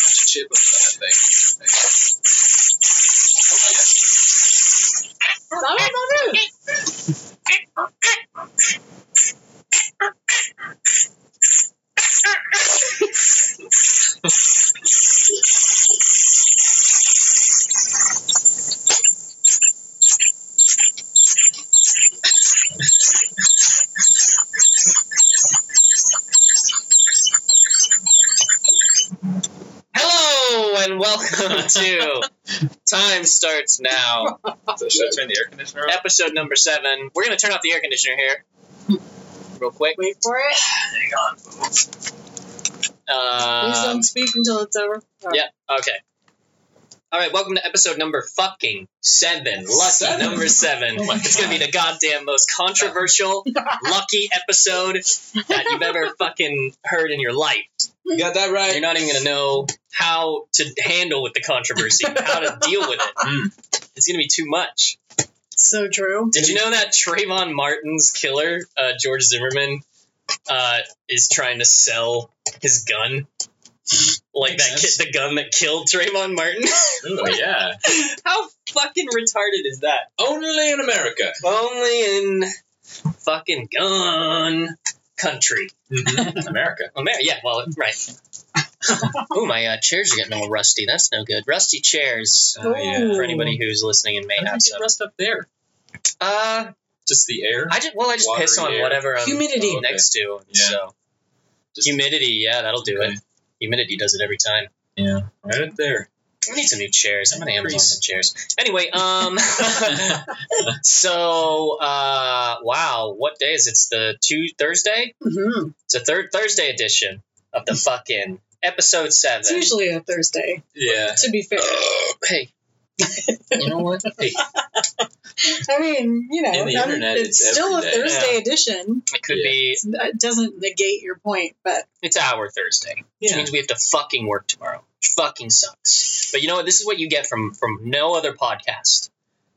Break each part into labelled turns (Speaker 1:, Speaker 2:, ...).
Speaker 1: Chitlins, I think.
Speaker 2: Hello and welcome to Time Starts Now,
Speaker 1: So should I turn the air conditioner on?
Speaker 2: episode number seven. We're gonna turn off the air conditioner here, real quick.
Speaker 3: Wait for it.
Speaker 1: Hang on.
Speaker 3: Please
Speaker 2: Um,
Speaker 3: don't speak until it's over. Oh, Or-
Speaker 2: yeah. Okay. All right. Welcome to episode number fucking seven. Lucky
Speaker 1: Seven?
Speaker 2: number seven.
Speaker 1: Oh my
Speaker 2: it's gonna be the goddamn most controversial lucky episode that you've ever fucking heard in your life.
Speaker 1: You got that right.
Speaker 2: You're not even gonna know how to handle with the controversy, how to deal with it.
Speaker 1: Mm.
Speaker 2: It's gonna be too much.
Speaker 3: So true.
Speaker 2: Did you know that Trayvon Martin's killer, uh, George Zimmerman, uh, is trying to sell his gun? Like
Speaker 1: Makes
Speaker 2: that, ki- the gun that killed Trayvon Martin.
Speaker 1: Ooh, yeah.
Speaker 2: How fucking retarded is that?
Speaker 1: Only in America.
Speaker 2: Only in fucking gun country,
Speaker 1: America.
Speaker 2: America. Yeah, well, right. oh, my uh, chairs are getting all rusty. That's no good. Rusty chairs.
Speaker 1: Oh, yeah.
Speaker 2: For anybody who's listening and may
Speaker 1: How did
Speaker 2: have
Speaker 1: it
Speaker 2: some.
Speaker 1: get rust up there?
Speaker 2: Uh,
Speaker 1: Just the air?
Speaker 2: I just well, I just
Speaker 1: Watery
Speaker 2: piss on
Speaker 1: air.
Speaker 2: whatever I'm
Speaker 3: Humidity.
Speaker 2: oh, okay. next to.
Speaker 1: Yeah.
Speaker 2: So
Speaker 1: Just-
Speaker 2: humidity, yeah, that'll do
Speaker 1: Okay.
Speaker 2: it. Humidity does it every time.
Speaker 1: Yeah. Right up there.
Speaker 2: I need some new chairs. I'm gonna Amazon
Speaker 1: Grease.
Speaker 2: some chairs. Anyway, um, so uh, wow, what day is it? It's the two Thursday.
Speaker 3: hmm
Speaker 2: It's a third Thursday edition of the fucking episode seven.
Speaker 3: It's usually a Thursday.
Speaker 1: yeah.
Speaker 3: To be fair,
Speaker 2: hey, you know what? Hey,
Speaker 3: I mean, you know,
Speaker 1: In the
Speaker 3: I mean,
Speaker 1: internet,
Speaker 3: it's,
Speaker 1: it's
Speaker 3: still a
Speaker 1: every day.
Speaker 3: Thursday edition.
Speaker 2: it could
Speaker 1: Yeah.
Speaker 2: be.
Speaker 3: It's- It doesn't negate your point, but
Speaker 2: It's our Thursday. Which
Speaker 1: Yeah.
Speaker 2: means we have to fucking work tomorrow. Which fucking sucks. But you know what? This is what you get from from no other podcast.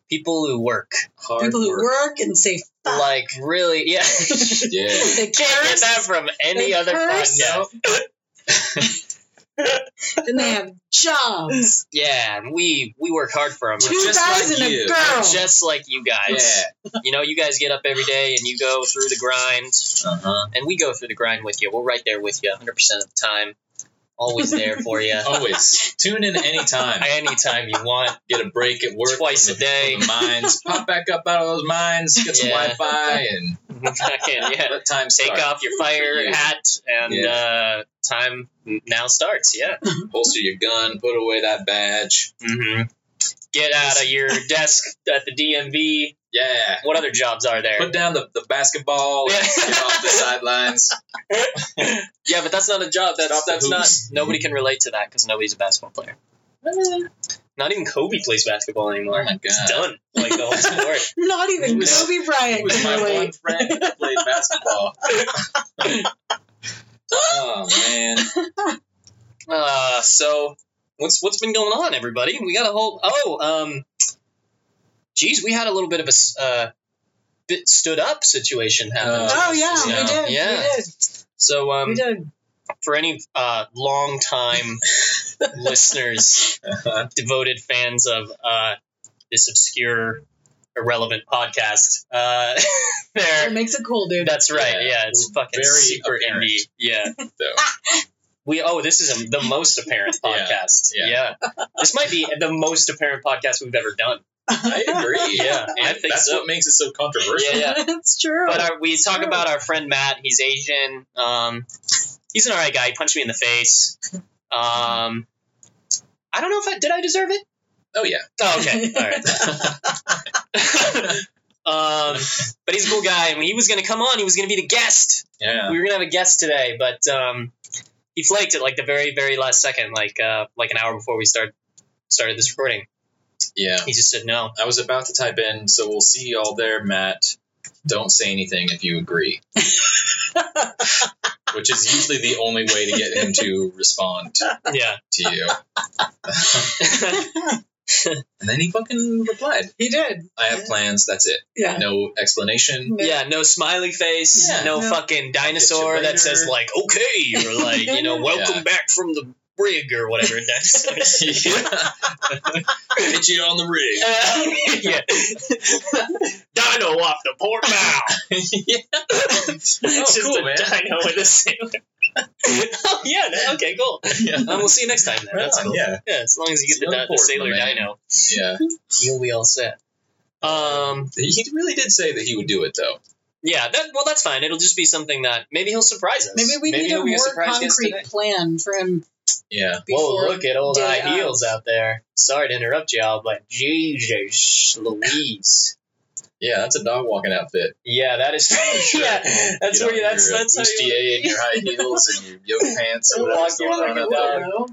Speaker 2: People who work,
Speaker 1: Hard
Speaker 3: people who
Speaker 1: work.
Speaker 3: work and say fuck,
Speaker 2: like really, yeah. you
Speaker 1: Yeah.
Speaker 3: they
Speaker 2: can't get
Speaker 3: curse,
Speaker 2: that from any
Speaker 3: They
Speaker 2: other
Speaker 3: curse.
Speaker 2: podcast.
Speaker 3: and they have jobs.
Speaker 2: Yeah, and we we work hard for them.
Speaker 1: We're
Speaker 3: Two
Speaker 1: just
Speaker 3: guys
Speaker 1: like
Speaker 3: and
Speaker 1: you.
Speaker 3: a girl.
Speaker 2: Just like you guys, you know, you guys get up every day and you go through the grind,
Speaker 1: Uh huh.
Speaker 2: and we go through the grind with you. We're right there with you, 100 percent of the time, always there for you,
Speaker 1: Always tune in anytime.
Speaker 2: anytime you want.
Speaker 1: Get a break at work
Speaker 2: Twice
Speaker 1: from
Speaker 2: a
Speaker 1: the-
Speaker 2: day.
Speaker 1: from the mines. Pop back up out of those mines. Get some
Speaker 2: Yeah.
Speaker 1: Wi-Fi and
Speaker 2: Fucking, yeah.
Speaker 1: let time
Speaker 2: take
Speaker 1: start.
Speaker 2: off your fire
Speaker 1: Yeah.
Speaker 2: hat and uh, time now starts yeah
Speaker 1: Holster your gun. Put away that badge.
Speaker 2: mm-hmm. get out of your desk at the dmv
Speaker 1: Yeah.
Speaker 2: what other jobs are there
Speaker 1: Put down the, the basketball.
Speaker 2: Yeah.
Speaker 1: and Get off the sidelines.
Speaker 2: yeah but that's not a job that's
Speaker 1: Stop the
Speaker 2: that's not
Speaker 1: hoops.
Speaker 2: nobody can relate to that because nobody's a basketball player not even kobe plays basketball anymore
Speaker 1: Oh my
Speaker 2: He's
Speaker 1: God.
Speaker 2: done like the whole sport
Speaker 3: Not even
Speaker 1: Who's-
Speaker 3: Kobe Bryant.
Speaker 1: He was
Speaker 3: can
Speaker 1: my one
Speaker 3: relate.
Speaker 1: friend that played basketball. oh man.
Speaker 2: Uh, so what's what's been going on, everybody? We got a whole oh um, geez, we had a little bit of a s- uh, bit stood up situation happen.
Speaker 1: Uh,
Speaker 3: Oh yeah,
Speaker 1: Yeah.
Speaker 3: we did.
Speaker 2: Yeah.
Speaker 3: We did.
Speaker 2: so
Speaker 3: we
Speaker 2: um,
Speaker 3: did.
Speaker 2: for any uh long time listeners,
Speaker 1: Uh-huh.
Speaker 2: devoted fans of uh this obscure, irrelevant podcast, uh,
Speaker 3: It
Speaker 2: there.
Speaker 3: makes it cool, dude.
Speaker 2: That's right.
Speaker 1: Yeah,
Speaker 2: Yeah, it's
Speaker 1: we're
Speaker 2: fucking
Speaker 1: very
Speaker 2: super
Speaker 1: apparent.
Speaker 2: indie. Yeah.
Speaker 1: So,
Speaker 2: We oh, this is a, the most apparent
Speaker 1: Yeah.
Speaker 2: podcast.
Speaker 1: Yeah.
Speaker 2: this might be the most apparent podcast we've ever done.
Speaker 1: I agree.
Speaker 2: Yeah,
Speaker 1: And
Speaker 2: I think
Speaker 1: that's
Speaker 2: so.
Speaker 1: what makes it so controversial.
Speaker 2: Yeah, yeah.
Speaker 3: That's true.
Speaker 2: But our, we talk
Speaker 3: true.
Speaker 2: about our friend Matt. He's Asian. Um, he's an alright guy. He punched me in the face. Um, I don't know if I did. I deserve it.
Speaker 1: Oh yeah.
Speaker 2: Oh, okay. All right. um, but he's a cool guy, and when he was gonna come on, he was gonna be the guest.
Speaker 1: yeah.
Speaker 2: We were gonna have a guest today, but um, he flaked it like the very, very last second, like uh, like an hour before we start started this recording.
Speaker 1: Yeah.
Speaker 2: He just said no.
Speaker 1: I was about to type in, so we'll see you all there, Matt. Don't say anything if you agree. Which is usually the only way to get him to respond
Speaker 2: Yeah.
Speaker 1: to you. And then he fucking replied,
Speaker 3: He did.
Speaker 1: I have plans, that's it.
Speaker 3: Yeah.
Speaker 1: No explanation.
Speaker 2: Yeah, no smiley face,
Speaker 1: Yeah.
Speaker 2: no
Speaker 3: No.
Speaker 2: fucking dinosaur
Speaker 1: later.
Speaker 2: that says like okay or like you know
Speaker 3: Yeah.
Speaker 2: welcome back from the brig or whatever it does.
Speaker 1: yeah. Hit you on the rig.
Speaker 2: Uh, yeah. dino off the port bow.
Speaker 1: yeah. Oh,
Speaker 2: Just
Speaker 1: cool,
Speaker 2: a
Speaker 1: man.
Speaker 2: dino with a sailor. oh yeah, no, okay, cool.
Speaker 1: Yeah.
Speaker 2: Um, we'll see you next time then.
Speaker 1: Right
Speaker 2: That's
Speaker 1: on,
Speaker 2: cool.
Speaker 1: Yeah.
Speaker 2: Yeah, as long as you
Speaker 1: It's
Speaker 2: get the,
Speaker 1: no
Speaker 2: di- the
Speaker 1: port,
Speaker 2: sailor
Speaker 1: my man.
Speaker 2: dino,
Speaker 1: Yeah.
Speaker 2: you'll be all set. Um,
Speaker 1: He he really did say that he would do it, though.
Speaker 2: yeah, that well, that's fine. It'll just be something that maybe he'll surprise us.
Speaker 3: Maybe we need
Speaker 2: he'll
Speaker 3: a
Speaker 2: be
Speaker 3: more
Speaker 2: surprise guest
Speaker 3: concrete
Speaker 2: today.
Speaker 3: plan for him
Speaker 1: Yeah.
Speaker 3: before.
Speaker 2: Whoa, look at old
Speaker 3: day
Speaker 2: high
Speaker 3: out.
Speaker 2: heels out there. Sorry to interrupt y'all, but Jesus Louise.
Speaker 1: Yeah, that's a dog walking outfit.
Speaker 2: Yeah, that is.
Speaker 1: Sure.
Speaker 2: yeah, that's
Speaker 1: Get
Speaker 2: where.
Speaker 1: on
Speaker 2: you- That's
Speaker 1: your, uh,
Speaker 2: that's how you.
Speaker 1: bustier and your high heels and your yoga pants or
Speaker 2: Walk
Speaker 1: whatever's
Speaker 2: around
Speaker 1: going on
Speaker 2: like
Speaker 1: out
Speaker 2: a
Speaker 1: there.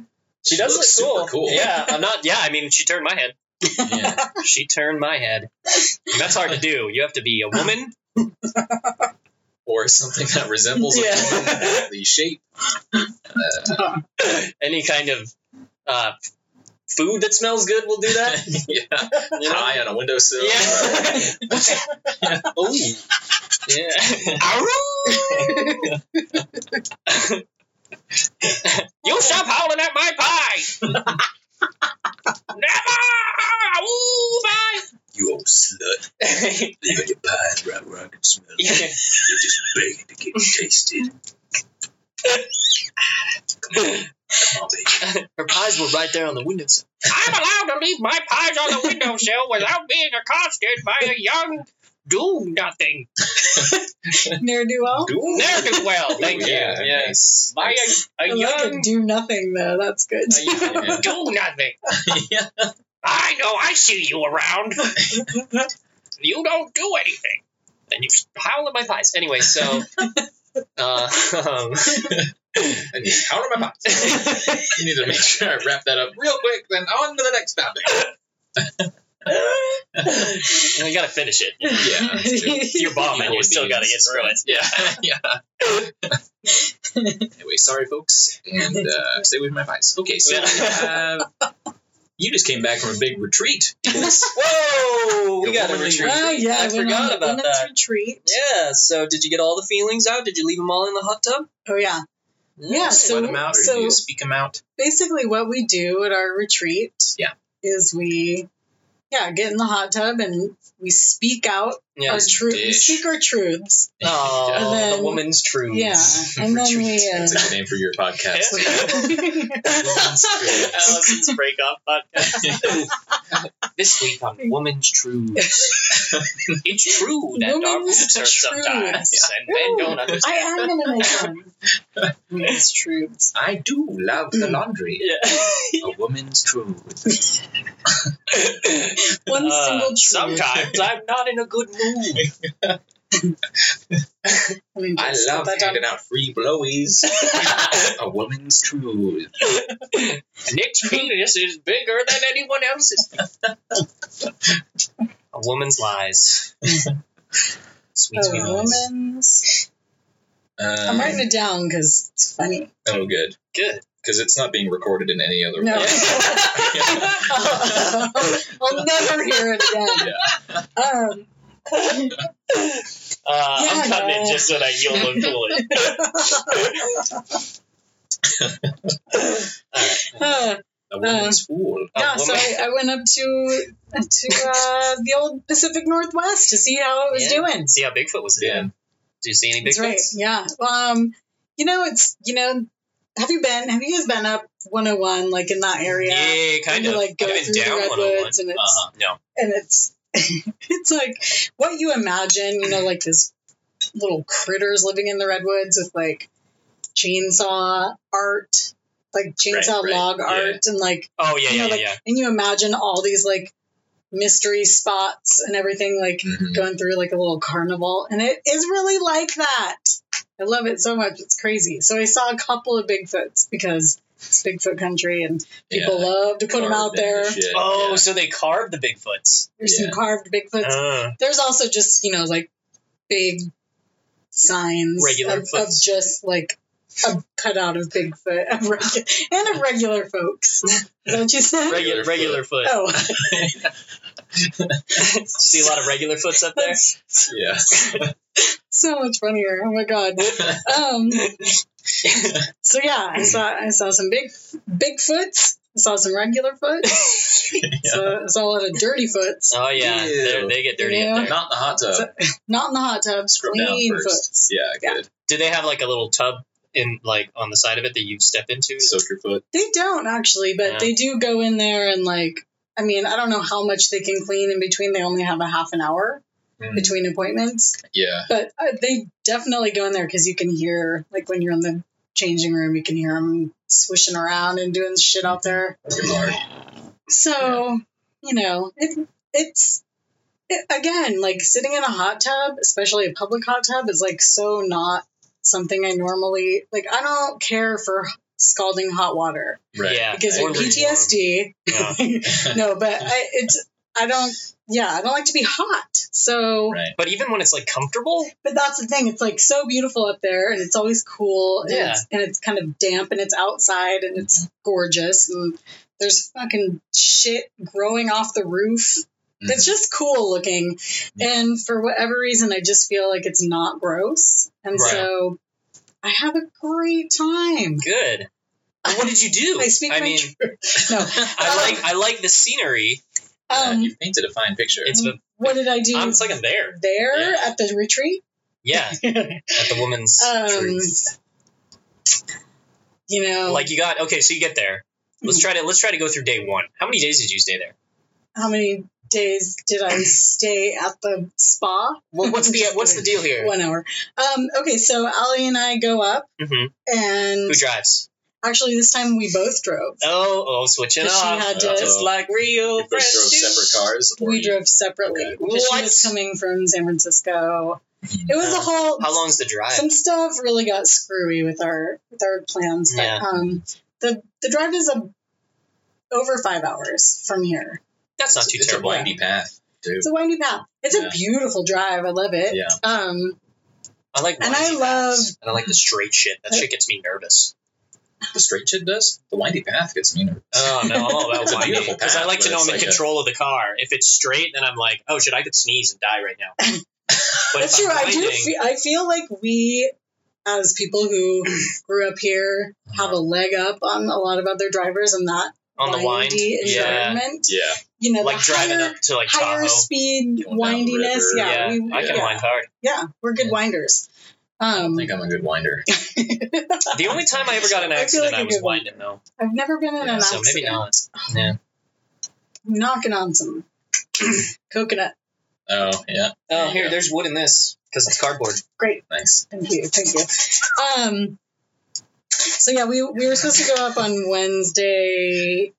Speaker 2: She does
Speaker 1: looks
Speaker 2: look cool.
Speaker 1: super cool.
Speaker 2: Yeah, I'm not. Yeah, I mean, she turned my head.
Speaker 1: Yeah.
Speaker 2: She turned my head. And that's hard to do. You have to be a woman.
Speaker 1: Or something that resembles a
Speaker 2: Yeah.
Speaker 1: woman, the shape.
Speaker 2: Any kind of uh, food that smells good will do that.
Speaker 1: yeah.
Speaker 2: You know?
Speaker 1: High on a windowsill.
Speaker 2: Yeah. oh. Yeah. you stop howling at my pie. Never. Ooh, bye.
Speaker 1: You old slut. Leaving your pie right where I can smell it. You're just begging to get tasted. Come on, baby.
Speaker 2: Her pies were right there on the windowsill. I'm allowed to leave my pies on the windowsill without being accosted by a young do nothing.
Speaker 3: Ne'er do well.
Speaker 1: Ooh.
Speaker 2: Ne'er do well. Thank
Speaker 1: Yeah,
Speaker 2: you. Yes.
Speaker 1: nice.
Speaker 3: I
Speaker 2: By a, a
Speaker 3: like
Speaker 2: young
Speaker 3: it. Do nothing though. That's good.
Speaker 1: Yeah.
Speaker 2: do nothing.
Speaker 1: yeah.
Speaker 2: I know I see you around. you don't do anything. And you howl at my pies. Anyway, so. Uh, um,
Speaker 1: I need to count on my pots. you need to make sure I wrap that up real quick, then on to the next topic.
Speaker 2: we gotta finish it.
Speaker 1: Yeah. that's true.
Speaker 2: You're bombing. You still gotta get through it.
Speaker 1: Yeah. yeah. anyway, sorry, folks, and uh, stay away from my pies. Okay, so uh, you just came back from a big retreat.
Speaker 2: Whoa! We
Speaker 1: The
Speaker 2: got a
Speaker 1: womanly
Speaker 2: retreat.
Speaker 3: Ah, yeah,
Speaker 2: I
Speaker 3: went
Speaker 2: forgot
Speaker 3: on
Speaker 2: about
Speaker 3: women's
Speaker 2: that.
Speaker 3: retreat.
Speaker 2: Yeah. So, did you get all the feelings out? Did you leave them all in the hot tub?
Speaker 3: Oh yeah. Yeah, so-
Speaker 1: let them out, or
Speaker 3: so-
Speaker 1: do you speak them out.
Speaker 3: Basically, what we do at our retreat,
Speaker 1: Yeah.
Speaker 3: is we, yeah, get in the hot tub and we speak out
Speaker 2: yeah.
Speaker 3: our truth. We
Speaker 1: dish.
Speaker 3: speak our truths.
Speaker 2: Oh,
Speaker 1: Yeah.
Speaker 3: And then-
Speaker 2: the woman's truth.
Speaker 3: Yeah, and then
Speaker 1: Retreat.
Speaker 3: we. Uh,
Speaker 1: That's a good name for your podcast. Woman's truth.
Speaker 2: Allison's break off this week on Woman's Truths. it's true that our
Speaker 3: Woman's
Speaker 2: boobs are
Speaker 3: Truths.
Speaker 2: sometimes, and men don't understand.
Speaker 3: I am gonna make one. Women's truths.
Speaker 1: I do love the laundry. A woman's truth.
Speaker 3: One
Speaker 2: Uh,
Speaker 3: single truth.
Speaker 2: Sometimes I'm not in a good mood.
Speaker 3: I, mean,
Speaker 1: I
Speaker 3: just
Speaker 1: love
Speaker 3: put that down.
Speaker 1: handing out free blowies. A woman's truth.
Speaker 2: Nick's penis is bigger than anyone else's. a woman's lies. Sweet, sweet
Speaker 3: A
Speaker 2: lies.
Speaker 3: woman's. I'm
Speaker 1: Um,
Speaker 3: writing it down because it's funny.
Speaker 1: oh, good.
Speaker 2: Good.
Speaker 1: Because it's not being recorded in any other
Speaker 3: No.
Speaker 1: way.
Speaker 3: I'll never hear it again. Um,
Speaker 2: Uh,
Speaker 3: Yeah,
Speaker 2: I'm cutting
Speaker 3: no.
Speaker 2: it just so that you'll look cooler.
Speaker 3: uh,
Speaker 1: A woman's fool.
Speaker 2: A
Speaker 3: yeah, so
Speaker 2: woman-
Speaker 3: I, I went up to to uh, the old Pacific Northwest to see how it was
Speaker 2: Yeah.
Speaker 3: doing.
Speaker 2: See how Bigfoot was doing.
Speaker 1: Yeah.
Speaker 2: Do you see any
Speaker 3: That's right.
Speaker 2: Bigfoots?
Speaker 3: Yeah. Um, you know, it's you know, have you been? Have you guys been up 101 like in that area?
Speaker 2: Yeah, kind
Speaker 3: you,
Speaker 2: of.
Speaker 3: like, go
Speaker 2: I've been
Speaker 3: through the
Speaker 2: down
Speaker 3: redwoods
Speaker 2: 101.
Speaker 3: and it's-
Speaker 2: uh-huh. No.
Speaker 3: and it's it's like what you imagine, you know, like these little critters living in the redwoods with like chainsaw art, like chainsaw
Speaker 1: Right, right,
Speaker 3: log
Speaker 1: yeah.
Speaker 3: art, and like
Speaker 2: Oh yeah,
Speaker 3: you
Speaker 2: yeah,
Speaker 3: know,
Speaker 2: yeah,
Speaker 3: like
Speaker 2: yeah.
Speaker 3: and you imagine all these like mystery spots and everything, like
Speaker 1: Mhm.
Speaker 3: going through like a little carnival, and it is really like that. I love it so much; it's crazy. So I saw a couple of Bigfoots because it's Bigfoot country, and people
Speaker 1: Yeah,
Speaker 3: love to put them out
Speaker 1: carved in
Speaker 3: there.
Speaker 1: the shit,
Speaker 2: Oh,
Speaker 1: yeah.
Speaker 2: so they carved the Bigfoots.
Speaker 3: There's
Speaker 1: Yeah.
Speaker 3: some carved Bigfoots.
Speaker 2: Uh,
Speaker 3: there's also just you know like big signs
Speaker 2: Regular
Speaker 3: of, of
Speaker 2: foots.
Speaker 3: just like a cut out of Bigfoot of regu- and of regular folks. Is that what you said?
Speaker 2: Regular, regular foot.
Speaker 3: Oh,
Speaker 2: See a lot of regular foots up there.
Speaker 3: that's
Speaker 1: Yeah.
Speaker 3: so much funnier. Oh my god. Um, so yeah, I saw I saw some big Bigfoots. I saw some regular foots. So I saw a lot of dirty foots.
Speaker 2: Oh yeah,
Speaker 1: Ew.
Speaker 2: they're- they get dirty
Speaker 3: Yeah.
Speaker 2: up there.
Speaker 1: Not in the hot tub.
Speaker 3: So- Not in the hot tubs.
Speaker 1: Scrub down
Speaker 3: clean
Speaker 1: first.
Speaker 3: foots.
Speaker 1: Yeah, good.
Speaker 2: Do they have like a little tub in like on the side of it that you step into?
Speaker 1: Soak your foot.
Speaker 3: They don't actually, but
Speaker 2: Yeah.
Speaker 3: they do go in there and like. I mean, I don't know how much they can clean in between. They only have a half an hour
Speaker 1: Mm,
Speaker 3: between appointments,
Speaker 1: Yeah.
Speaker 3: but uh, they definitely go in there because you can hear, like, when you're in the changing room, you can hear them swishing around and doing shit out there.
Speaker 1: Good lord.
Speaker 3: So, you know, it, it's it, again like sitting in a hot tub, especially a public hot tub, is like so not something I normally like. I don't care for scalding hot water
Speaker 1: Right.
Speaker 2: Yeah,
Speaker 3: because
Speaker 2: or
Speaker 3: of
Speaker 2: lukewarm.
Speaker 3: PTSD.
Speaker 2: Yeah.
Speaker 3: no, but I, it's I don't. Yeah, I don't like to be hot. So,
Speaker 1: Right.
Speaker 2: But even when it's like comfortable,
Speaker 3: but that's the thing. It's like so beautiful up there, and it's always cool. And,
Speaker 2: Yeah.
Speaker 3: it's, and it's kind of damp, and it's outside, and it's gorgeous, and there's fucking shit growing off the roof.
Speaker 2: Mm.
Speaker 3: It's just cool looking. And for whatever reason, I just feel like it's not gross. And
Speaker 2: Right.
Speaker 3: so I have a great time.
Speaker 2: good. Well, what did you do?
Speaker 3: I speak my
Speaker 2: mean,
Speaker 3: No.
Speaker 2: I like I like the scenery.
Speaker 1: Yeah,
Speaker 3: Um,
Speaker 1: you painted a fine picture.
Speaker 2: It's a,
Speaker 3: what did I do
Speaker 2: I'm it's like I'm there.
Speaker 3: there
Speaker 2: Yeah.
Speaker 3: at the retreat?
Speaker 2: Yeah, at the woman's
Speaker 3: um,
Speaker 2: truth.
Speaker 3: you know,
Speaker 2: Like you got okay, so you get there. Let's try to let's try to go through day one. How many days did you stay there?
Speaker 3: how many days did I stay at the spa?
Speaker 2: Well, what's the what's the deal here?
Speaker 3: One hour. Um, okay, so Allie and I go up,
Speaker 2: hmm
Speaker 3: and
Speaker 2: Who drives?
Speaker 3: actually, this time we both drove.
Speaker 2: Oh, oh, switch it
Speaker 3: But she
Speaker 2: off.
Speaker 3: had
Speaker 1: Uh,
Speaker 3: to
Speaker 2: Just like real
Speaker 1: you
Speaker 2: friends.
Speaker 1: first drove separate cars. or
Speaker 3: We
Speaker 1: you-
Speaker 3: drove separately.
Speaker 2: Okay.
Speaker 3: She
Speaker 2: What?
Speaker 3: was coming from San Francisco. It was a
Speaker 2: Yeah.
Speaker 3: whole.
Speaker 2: How long's the drive?
Speaker 3: Some stuff really got screwy with our with our plans, but
Speaker 2: Yeah.
Speaker 3: um, the the drive is a over five hours from here.
Speaker 2: That's not
Speaker 1: It's-
Speaker 2: too
Speaker 1: it's
Speaker 2: terrible.
Speaker 1: a windy path, dude.
Speaker 3: It's a windy path. It's
Speaker 1: Yeah.
Speaker 3: a beautiful drive. I love it.
Speaker 1: Yeah.
Speaker 3: Um,
Speaker 2: I like
Speaker 3: And I
Speaker 2: windy
Speaker 3: love-
Speaker 2: paths. and I like the straight shit. That shit gets me nervous.
Speaker 1: The straight shit does. The windy path gets me nervous.
Speaker 2: Oh no, I'm all about
Speaker 1: It's a
Speaker 2: windy
Speaker 1: beautiful
Speaker 2: because I
Speaker 1: path,
Speaker 2: like to
Speaker 1: but
Speaker 2: know I'm
Speaker 1: it's
Speaker 2: in
Speaker 1: like a-
Speaker 2: control of the car. If it's straight, then I'm like, oh shit, I could sneeze and die right now. But
Speaker 3: that's
Speaker 2: if
Speaker 3: true.
Speaker 2: I'm
Speaker 3: I do.
Speaker 2: winding-
Speaker 3: Fe- I feel like we, as people who grew up here, have a leg up on a lot of other drivers in that
Speaker 2: on the wind.
Speaker 3: windy
Speaker 2: Yeah,
Speaker 3: environment.
Speaker 1: yeah.
Speaker 3: You know,
Speaker 2: like
Speaker 3: the
Speaker 2: driving
Speaker 3: higher,
Speaker 2: up to like
Speaker 3: higher
Speaker 2: Tahoe.
Speaker 3: speed
Speaker 1: Going down the
Speaker 3: windiness.
Speaker 1: river.
Speaker 3: Yeah,
Speaker 2: Yeah,
Speaker 3: we,
Speaker 2: I can
Speaker 3: yeah,
Speaker 2: wind hard.
Speaker 3: yeah, we're good
Speaker 1: Yeah.
Speaker 3: winders.
Speaker 1: I don't
Speaker 3: Um,
Speaker 1: think I'm a good winder.
Speaker 2: The only time I ever got in an
Speaker 3: I feel
Speaker 2: accident,
Speaker 3: like
Speaker 2: I
Speaker 3: a
Speaker 2: was
Speaker 3: good one.
Speaker 2: winding though.
Speaker 3: I've never been in
Speaker 1: Yeah,
Speaker 3: an
Speaker 2: so
Speaker 3: accident.
Speaker 2: maybe not. Yeah.
Speaker 3: Knocking on some coconut.
Speaker 1: Oh yeah.
Speaker 2: Oh,
Speaker 1: Yeah.
Speaker 2: here, there's wood in this because it's cardboard.
Speaker 3: Great,
Speaker 1: Nice.
Speaker 3: thank you, thank you. Um, so yeah, we we were supposed to go up on Wednesday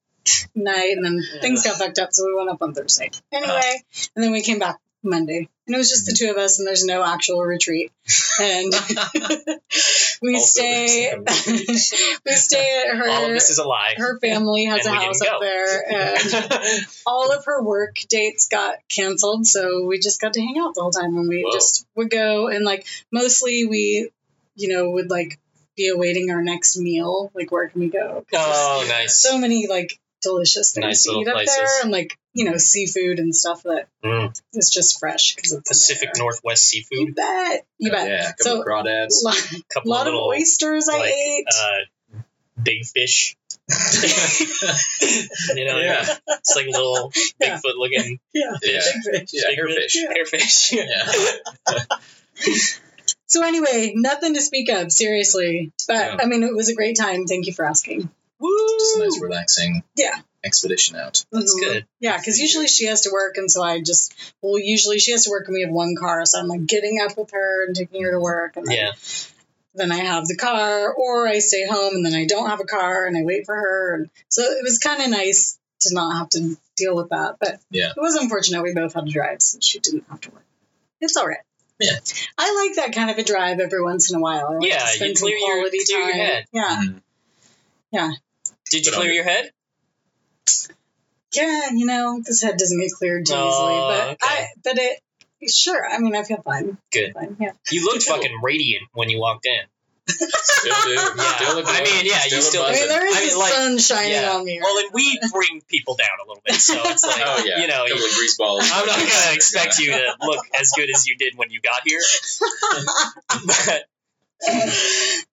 Speaker 3: night, and then things got fucked up, so we went up on Thursday. Anyway, and then we came back Monday, and it was just the two of us, and there's no actual retreat, and we
Speaker 1: Also, there's
Speaker 3: stay
Speaker 1: no
Speaker 3: we stay at her.
Speaker 2: All of Oh, this is a lie.
Speaker 3: her family has
Speaker 2: And
Speaker 3: a
Speaker 2: we
Speaker 3: house
Speaker 2: didn't
Speaker 3: up
Speaker 2: go.
Speaker 3: there, and all of her work dates got canceled, so we just got to hang out the whole time, and we
Speaker 1: Whoa.
Speaker 3: just would go and like mostly we, you know, would like be awaiting our next meal, like where can we go? 'Cause
Speaker 2: oh,
Speaker 3: there's
Speaker 2: nice.
Speaker 3: So many like delicious things
Speaker 2: Nice
Speaker 3: to
Speaker 2: little
Speaker 3: eat up
Speaker 2: places.
Speaker 3: there, and like you know seafood and stuff that
Speaker 2: Mm.
Speaker 3: is just fresh because it's in
Speaker 2: Pacific
Speaker 3: there.
Speaker 2: Northwest
Speaker 3: You
Speaker 2: seafood.
Speaker 3: bet, you
Speaker 1: Yeah,
Speaker 3: bet.
Speaker 1: a couple
Speaker 3: So-
Speaker 1: of crawdads.
Speaker 3: Lot,
Speaker 2: couple
Speaker 3: lot of
Speaker 2: little,
Speaker 3: oysters I
Speaker 2: like,
Speaker 3: ate.
Speaker 2: Uh, big fish. You know,
Speaker 1: yeah.
Speaker 2: it's like little
Speaker 3: Yeah.
Speaker 2: Bigfoot looking
Speaker 3: yeah, big
Speaker 1: Yeah.
Speaker 2: uh,
Speaker 3: fish.
Speaker 1: Yeah.
Speaker 2: big
Speaker 1: Hairfish.
Speaker 2: fish. Hairfish.
Speaker 1: Yeah.
Speaker 3: So anyway, nothing to speak of, seriously. But
Speaker 1: Yeah.
Speaker 3: I mean, it was a great time. Thank you for asking.
Speaker 2: Woo!
Speaker 1: Just a nice relaxing.
Speaker 3: Yeah.
Speaker 1: Expedition out.
Speaker 2: That's
Speaker 3: Mhm.
Speaker 2: good.
Speaker 3: Yeah, because usually she has to work, and so I just well, usually she has to work, and we have one car, so I'm like getting up with her and taking her to work, and then,
Speaker 2: Yeah.
Speaker 3: then I have the car, or I stay home and then I don't have a car and I wait for her, and so it was kind of nice to not have to deal with that, but
Speaker 1: Yeah.
Speaker 3: it was unfortunate we both had to drive, so she didn't have to work. It's all right.
Speaker 1: Yeah.
Speaker 3: I like that kind of a drive every once in a while. I like
Speaker 2: Yeah,
Speaker 3: to
Speaker 2: you
Speaker 3: spend some
Speaker 2: clear your-
Speaker 3: quality
Speaker 2: clear your
Speaker 3: time.
Speaker 2: head.
Speaker 3: Yeah.
Speaker 1: Mhm.
Speaker 2: Did you
Speaker 1: But on
Speaker 2: clear your
Speaker 1: your-
Speaker 2: head?
Speaker 3: yeah, you know, this head doesn't get cleared too
Speaker 2: Oh,
Speaker 3: easily, but
Speaker 2: okay.
Speaker 3: I, but it, sure. I mean, I feel fine.
Speaker 2: Good.
Speaker 3: Fine, yeah.
Speaker 2: You looked fucking radiant when you walked in.
Speaker 1: Still do.
Speaker 2: Yeah.
Speaker 1: Still a
Speaker 2: I mean, yeah, you still-
Speaker 3: I mean, there is
Speaker 2: I mean,
Speaker 3: the
Speaker 2: like,
Speaker 3: sun shining
Speaker 2: yeah.
Speaker 3: on me.
Speaker 2: Well, and we bring people down a little bit, so it's like,
Speaker 1: oh yeah,
Speaker 2: you know,
Speaker 1: a couple of grease balls.
Speaker 2: I'm not gonna expect you to look as good as you did when you got here. but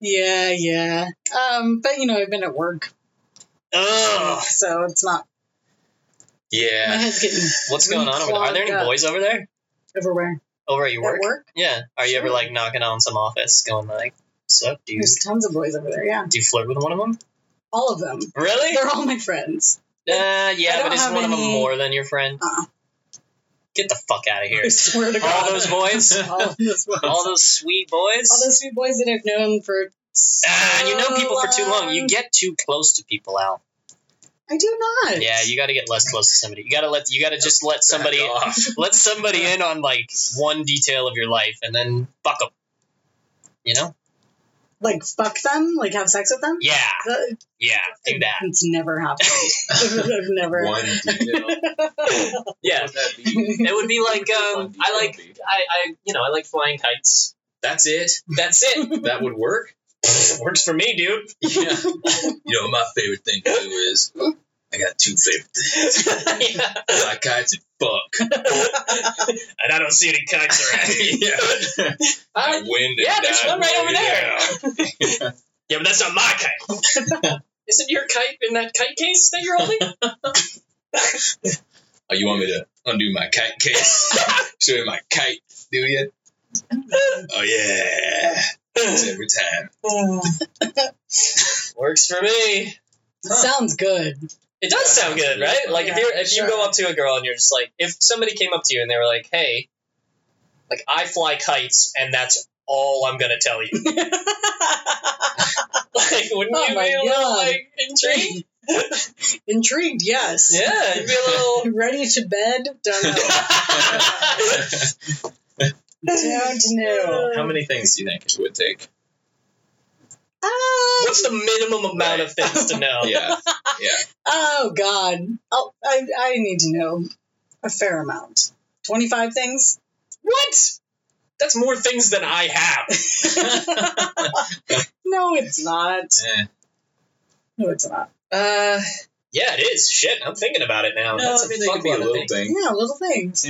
Speaker 3: yeah, yeah. Um, but you know, I've been at work,
Speaker 2: ugh,
Speaker 3: so it's not. My
Speaker 1: Yeah,
Speaker 3: head's getting
Speaker 2: what's going on over there? Are there any boys over there?
Speaker 3: everywhere.
Speaker 2: Over at your work?
Speaker 3: At work,
Speaker 2: Yeah. Are you ever like knocking on some office, going like, "Sup, dude?
Speaker 3: there's tons of boys over there. Yeah,
Speaker 2: Do you flirt with one of them?"
Speaker 3: all of them.
Speaker 2: Really?
Speaker 3: They're all my friends.
Speaker 2: Uh, yeah,
Speaker 3: don't
Speaker 2: but is
Speaker 3: have
Speaker 2: one of them
Speaker 3: any-
Speaker 2: more than your friend?
Speaker 3: Uh-uh.
Speaker 2: Get the fuck out of here!
Speaker 3: I swear to God.
Speaker 2: All those boys,
Speaker 3: all of those boys.
Speaker 2: all those sweet boys.
Speaker 3: all those sweet boys that I've known for. So
Speaker 2: Ah, you know people for too long. You get too close to people, Al.
Speaker 3: I do not.
Speaker 2: Yeah, you got to get less close to somebody. You got to let you got to just let somebody
Speaker 1: Back off.
Speaker 2: let somebody in on like one detail of your life, and then fuck them. You know?
Speaker 3: like fuck them, like have sex with them.
Speaker 2: Yeah,
Speaker 3: That-
Speaker 2: yeah, do that.
Speaker 3: It's never happened. I've never.
Speaker 1: one detail.
Speaker 2: Yeah,
Speaker 1: What would that be?
Speaker 2: it would be like um,
Speaker 1: One
Speaker 2: I
Speaker 1: detail
Speaker 2: like
Speaker 1: would be-
Speaker 2: I, I you know I like flying kites.
Speaker 1: That's it.
Speaker 2: That's it.
Speaker 1: That would work.
Speaker 2: Works for me, dude.
Speaker 1: Yeah. you know, my favorite thing to do is I got two favorite
Speaker 2: Yeah.
Speaker 1: things: fly kites and fuck.
Speaker 2: And I don't see any kites around here.
Speaker 1: yeah.
Speaker 2: Uh,
Speaker 1: I win. and
Speaker 2: yeah, there's
Speaker 1: die
Speaker 2: one right over
Speaker 1: way down.
Speaker 2: yeah, but that's not my kite. Isn't your kite in that kite case that you're holding?
Speaker 1: oh, you want me to undo my kite case? Show you my kite, do you? Oh yeah. It's every time.
Speaker 2: Works for me.
Speaker 3: It sounds good.
Speaker 2: It does sound good, right? Like if
Speaker 3: Yeah,
Speaker 2: you if you
Speaker 3: sure.
Speaker 2: go up to a girl and you're just like, if somebody came up to you and they were like, "Hey, like I fly kites and that's all I'm gonna tell you," like wouldn't
Speaker 3: Oh
Speaker 2: you be
Speaker 3: my
Speaker 2: a little
Speaker 3: God.
Speaker 2: like intrigued?
Speaker 3: Intrigued, yes.
Speaker 2: Yeah, you'd be a little.
Speaker 3: Ready to bed? Don't know. Don't know.
Speaker 1: How many things do you think it would take?
Speaker 3: Ah,
Speaker 2: What's the minimum amount of things to know?
Speaker 1: Yeah.
Speaker 3: oh God. Oh, I, I need to know a fair amount. Twenty-five things.
Speaker 2: What? That's more things than I have.
Speaker 3: No, it's not.
Speaker 1: Eh.
Speaker 3: No, it's not.
Speaker 2: Uh, yeah, it is. Shit, I'm thinking about it now.
Speaker 1: No,
Speaker 2: that's
Speaker 1: I mean, they could be a
Speaker 2: fuckload of
Speaker 1: little
Speaker 2: things.
Speaker 1: thing.
Speaker 3: Yeah, little things.